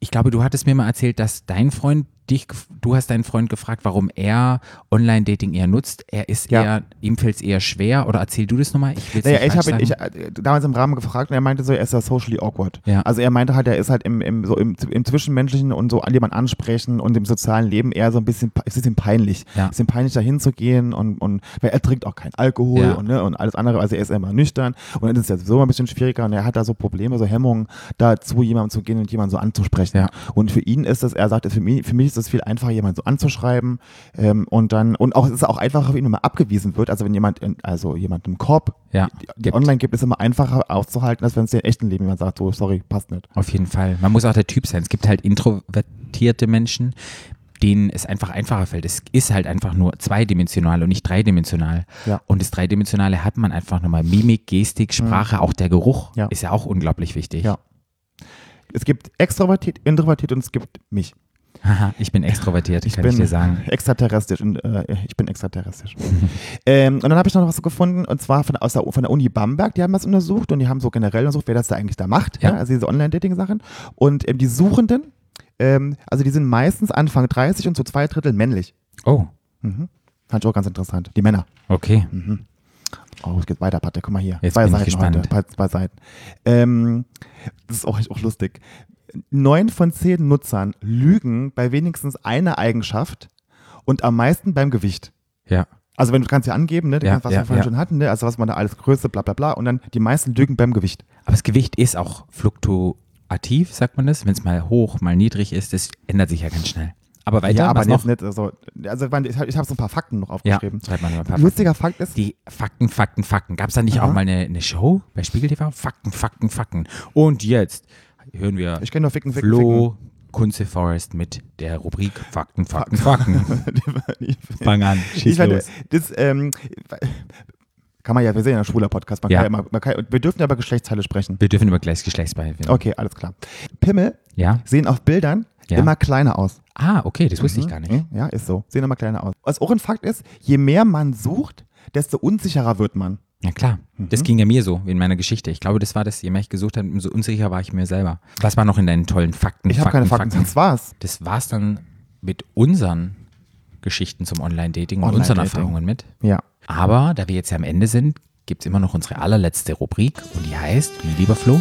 B: ich glaube, du hattest mir mal erzählt, dass dein Freund dich, gef- du hast deinen Freund gefragt, warum er Online-Dating eher nutzt. Er ist
A: Ja.
B: eher, ihm fällt es eher schwer. Oder erzähl du das nochmal? Ich will
A: Naja, ich
B: nicht falsch
A: habe ihn
B: sagen.
A: ich, äh, damals im Rahmen gefragt und er meinte so, er ist ja socially awkward.
B: Ja.
A: Also er meinte halt, er ist halt im, im, so im, im Zwischenmenschlichen und so an jemanden ansprechen und im sozialen Leben eher so ein bisschen, pe- ist ein bisschen peinlich. Ist
B: Ja.
A: ein bisschen peinlich dahin zu gehen und, und weil er trinkt auch keinen Alkohol
B: Ja.
A: und, ne, und alles andere, also er ist immer nüchtern und dann ist es ja sowieso immer ein bisschen schwieriger und er hat da so Probleme, so Hemmungen, da zu jemandem zu gehen und jemanden so anzusprechen.
B: Ja.
A: Und für ihn ist das, er sagte, für mich, für mich ist es viel einfacher, jemanden so anzuschreiben ähm, und dann, und auch, es ist auch einfacher für ihn, wenn man abgewiesen wird, also wenn jemand, in, also jemand im Korb
B: Ja,
A: die, die
B: gibt.
A: online gibt, ist immer einfacher auszuhalten, als wenn es dir im echten Leben jemand sagt, so, sorry, passt nicht.
B: Auf jeden Fall. Man muss auch der Typ sein. Es gibt halt introvertierte Menschen, denen es einfach einfacher fällt. Es ist halt einfach nur zweidimensional und nicht dreidimensional.
A: Ja. Mhm.
B: Und das Dreidimensionale hat man einfach nochmal. Mimik, Gestik, Sprache, auch der Geruch
A: Ja.
B: ist ja auch unglaublich wichtig.
A: Ja. Es gibt extrovertiert, introvertiert und es gibt mich.
B: Haha, ich bin extrovertiert, kann ich dir sagen.
A: extraterrestrisch. Und, äh, ich bin extraterrestrisch. ähm, und dann habe ich noch was gefunden, und zwar von, aus der, von der Uni Bamberg. Die haben das untersucht und die haben so generell untersucht, wer das da eigentlich da macht.
B: Ja.
A: Ja. Also diese Online-Dating-Sachen. Und ähm, die Suchenden, ähm, also die sind meistens Anfang 30 und zu zwei Drittel männlich.
B: Oh,
A: Fand ich auch ganz interessant. Die Männer.
B: okay.
A: Mhm. Oh, es geht weiter, Patrick. Guck mal hier.
B: Jetzt
A: zwei
B: bin ich
A: Seiten
B: gespannt.
A: heute. Zwei, zwei Seiten. Ähm, das ist auch, auch lustig. Neun von zehn Nutzern lügen bei wenigstens einer Eigenschaft und am meisten beim Gewicht.
B: Ja.
A: Also wenn du kannst ja angeben, ne, du
B: Ja,
A: kannst, was
B: ja,
A: wir vorhin
B: ja.
A: schon hatten, ne, also was man da alles Größe, bla bla bla, und dann die meisten lügen beim Gewicht.
B: Aber das Gewicht ist auch fluktuativ, sagt man das. Wenn es mal hoch, mal niedrig ist, das ändert sich ja ganz schnell. Aber weiter,
A: ja, aber
B: was
A: jetzt
B: noch?
A: nicht, also, also ich meine, ich habe ich hab so ein paar Fakten noch
B: ja,
A: aufgeschrieben.
B: schreibt man mal ein paar
A: Lustiger Fakt ist,
B: Die Fakten, Fakten, Fakten. Gab es da nicht auch mal eine, eine Show bei Spiegel TV? Fakten, Fakten, Fakten. Und jetzt hören wir
A: ich kenne nur Ficken, Ficken,
B: Flo Kunze Forest mit der Rubrik Fakten, Fakten, Fakten.
A: Ficken.
B: Fang an,
A: ich
B: schieß
A: meine,
B: los.
A: das ähm, kann man ja, wir sind ja ein schwuler Podcast, man
B: Ja.
A: kann ja immer, man kann, wir dürfen ja über Geschlechtsteile sprechen.
B: Wir dürfen über Gleichgeschlechtsbeihilfen.
A: Okay, alles klar. Pimmel
B: Ja?
A: sehen auf Bildern
B: Ja.
A: immer kleiner aus.
B: Ah, okay, das wusste ich gar nicht.
A: Hm? Ja, ist so. Sehen immer kleiner aus. Was auch ein Fakt ist, je mehr man sucht, desto unsicherer wird man.
B: Ja klar,
A: Mhm.
B: das ging ja mir so in meiner Geschichte. Ich glaube, das war das, je mehr ich gesucht habe, umso unsicher war ich mir selber. Was war noch in deinen tollen Fakten?
A: Ich habe keine Fakten, sonst war's.
B: Das war's dann mit unseren Geschichten zum Online-Dating und unseren
A: Online-Dating.
B: Erfahrungen mit.
A: Ja.
B: Aber da wir jetzt ja am Ende sind, gibt es immer noch unsere allerletzte Rubrik und die heißt, wie lieber Flo?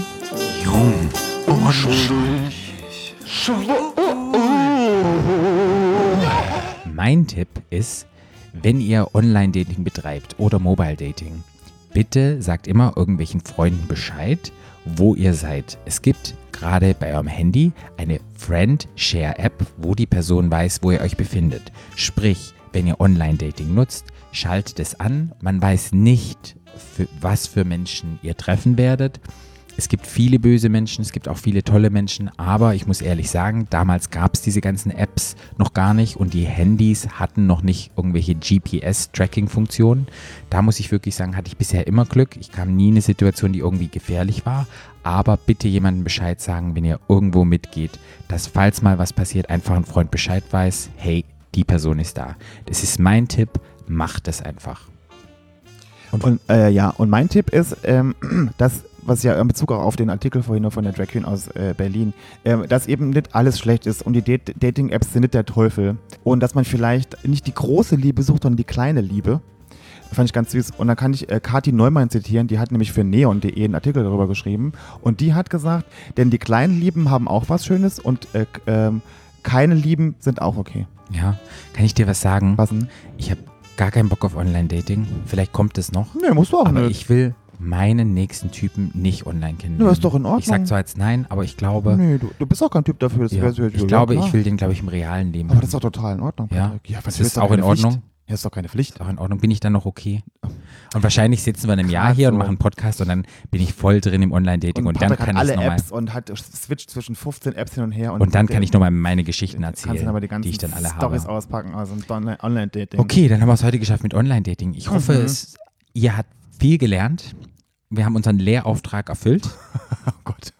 B: Mein Tipp ist, wenn ihr Online-Dating betreibt oder Mobile-Dating, bitte sagt immer irgendwelchen Freunden Bescheid, wo ihr seid. Es gibt gerade bei eurem Handy eine Friend-Share-App, wo die Person weiß, wo ihr euch befindet. Sprich, wenn ihr Online-Dating nutzt, schaltet es an. Man weiß nicht, für, was für Menschen ihr treffen werdet. Es gibt viele böse Menschen, es gibt auch viele tolle Menschen, aber ich muss ehrlich sagen, damals gab es diese ganzen Apps noch gar nicht und die Handys hatten noch nicht irgendwelche GPS-Tracking-Funktionen. Da muss ich wirklich sagen, hatte ich bisher immer Glück. Ich kam nie in eine Situation, die irgendwie gefährlich war. Aber bitte jemandem Bescheid sagen, wenn ihr irgendwo mitgeht, dass falls mal was passiert, einfach ein Freund Bescheid weiß, hey, die Person ist da. Das ist mein Tipp, macht es einfach.
A: Und äh, ja, und mein Tipp ist, ähm, dass was ja in Bezug auch auf den Artikel vorhin noch von der Drag Queen aus äh, Berlin, ähm, dass eben nicht alles schlecht ist und die Dat- Dating-Apps sind nicht der Teufel und dass man vielleicht nicht die große Liebe sucht, sondern die kleine Liebe. Fand ich ganz süß. Und dann kann ich äh, Kathi Neumann zitieren, die hat nämlich für neon.de einen Artikel darüber geschrieben. Und die hat gesagt, denn die kleinen Lieben haben auch was Schönes und äh, k- ähm, keine Lieben sind auch okay.
B: Ja, kann ich dir was sagen?
A: Was denn?
B: Ich habe gar keinen Bock auf Online-Dating. Vielleicht kommt es noch.
A: Nee, musst du auch
B: Aber
A: nicht.
B: ich will meinen nächsten Typen nicht online kennenlernen.
A: Ja, ist doch in Ordnung.
B: Ich sag zwar jetzt nein, aber ich glaube,
A: nee, du, du bist auch kein Typ dafür. Das
B: ja,
A: wär's-
B: ich
A: ja,
B: glaube,
A: klar.
B: ich will den, glaube ich, im realen Leben.
A: Aber das ist doch total in Ordnung.
B: Ja.
A: Patrick. ja
B: Das
A: was-
B: ist
A: doch
B: auch in
A: keine Pflicht.
B: Ordnung.
A: Ja, ist doch keine Pflicht.
B: ist auch in Ordnung. Bin ich dann noch okay? Und wahrscheinlich sitzen wir in einem Jahr
A: Krass,
B: hier und
A: so.
B: machen einen Podcast und dann bin ich voll drin im Online-Dating und, dann
A: Patrick
B: kann
A: hat
B: ich
A: alle
B: nochmal.
A: Apps und hat switcht zwischen 15 Apps hin und her. Und,
B: Und dann kann ich nochmal meine Geschichten erzählen,
A: Kannst dann aber die ganzen
B: die ich dann alle
A: Storys
B: habe.
A: auspacken aus dem Online- Online-Dating.
B: Okay, dann haben wir es heute geschafft mit Online-Dating. Ich hoffe,
A: Mhm.
B: es, ihr habt viel gelernt. Wir haben unseren Lehrauftrag erfüllt.
A: Oh Gott.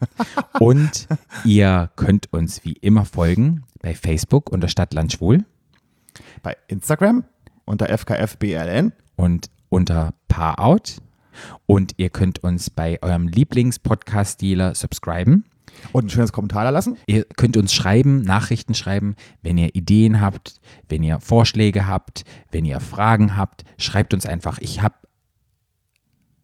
B: Und ihr könnt uns wie immer folgen bei Facebook unter Stadtland Schwul
A: Bei Instagram unter FKFBLN.
B: und unter Paarout. Und ihr könnt uns bei eurem Lieblings-Podcast-Dealer subscriben.
A: Und ein schönes Kommentar da lassen.
B: Ihr könnt uns schreiben, Nachrichten schreiben, wenn ihr Ideen habt, wenn ihr Vorschläge habt, wenn ihr Fragen habt, schreibt uns einfach. Ich habe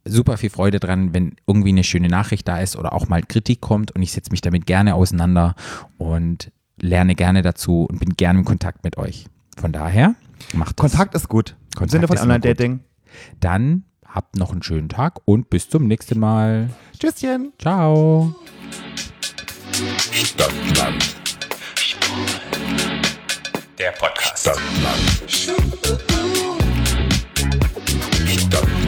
B: super viel Freude dran, wenn irgendwie eine schöne Nachricht da ist oder auch mal Kritik kommt und ich setze mich damit gerne auseinander und lerne gerne dazu und bin gerne im Kontakt mit euch. Von daher, macht das.
A: Kontakt ist gut. Im
B: Kontakt
A: Sinne von
B: ist immer gut.
A: Online-Dating.
B: Dann habt noch einen schönen Tag und bis zum nächsten Mal.
A: Tschüsschen.
B: Ciao.
C: Stadtland.
E: Der Podcast.
C: Stadtland. Stadtland.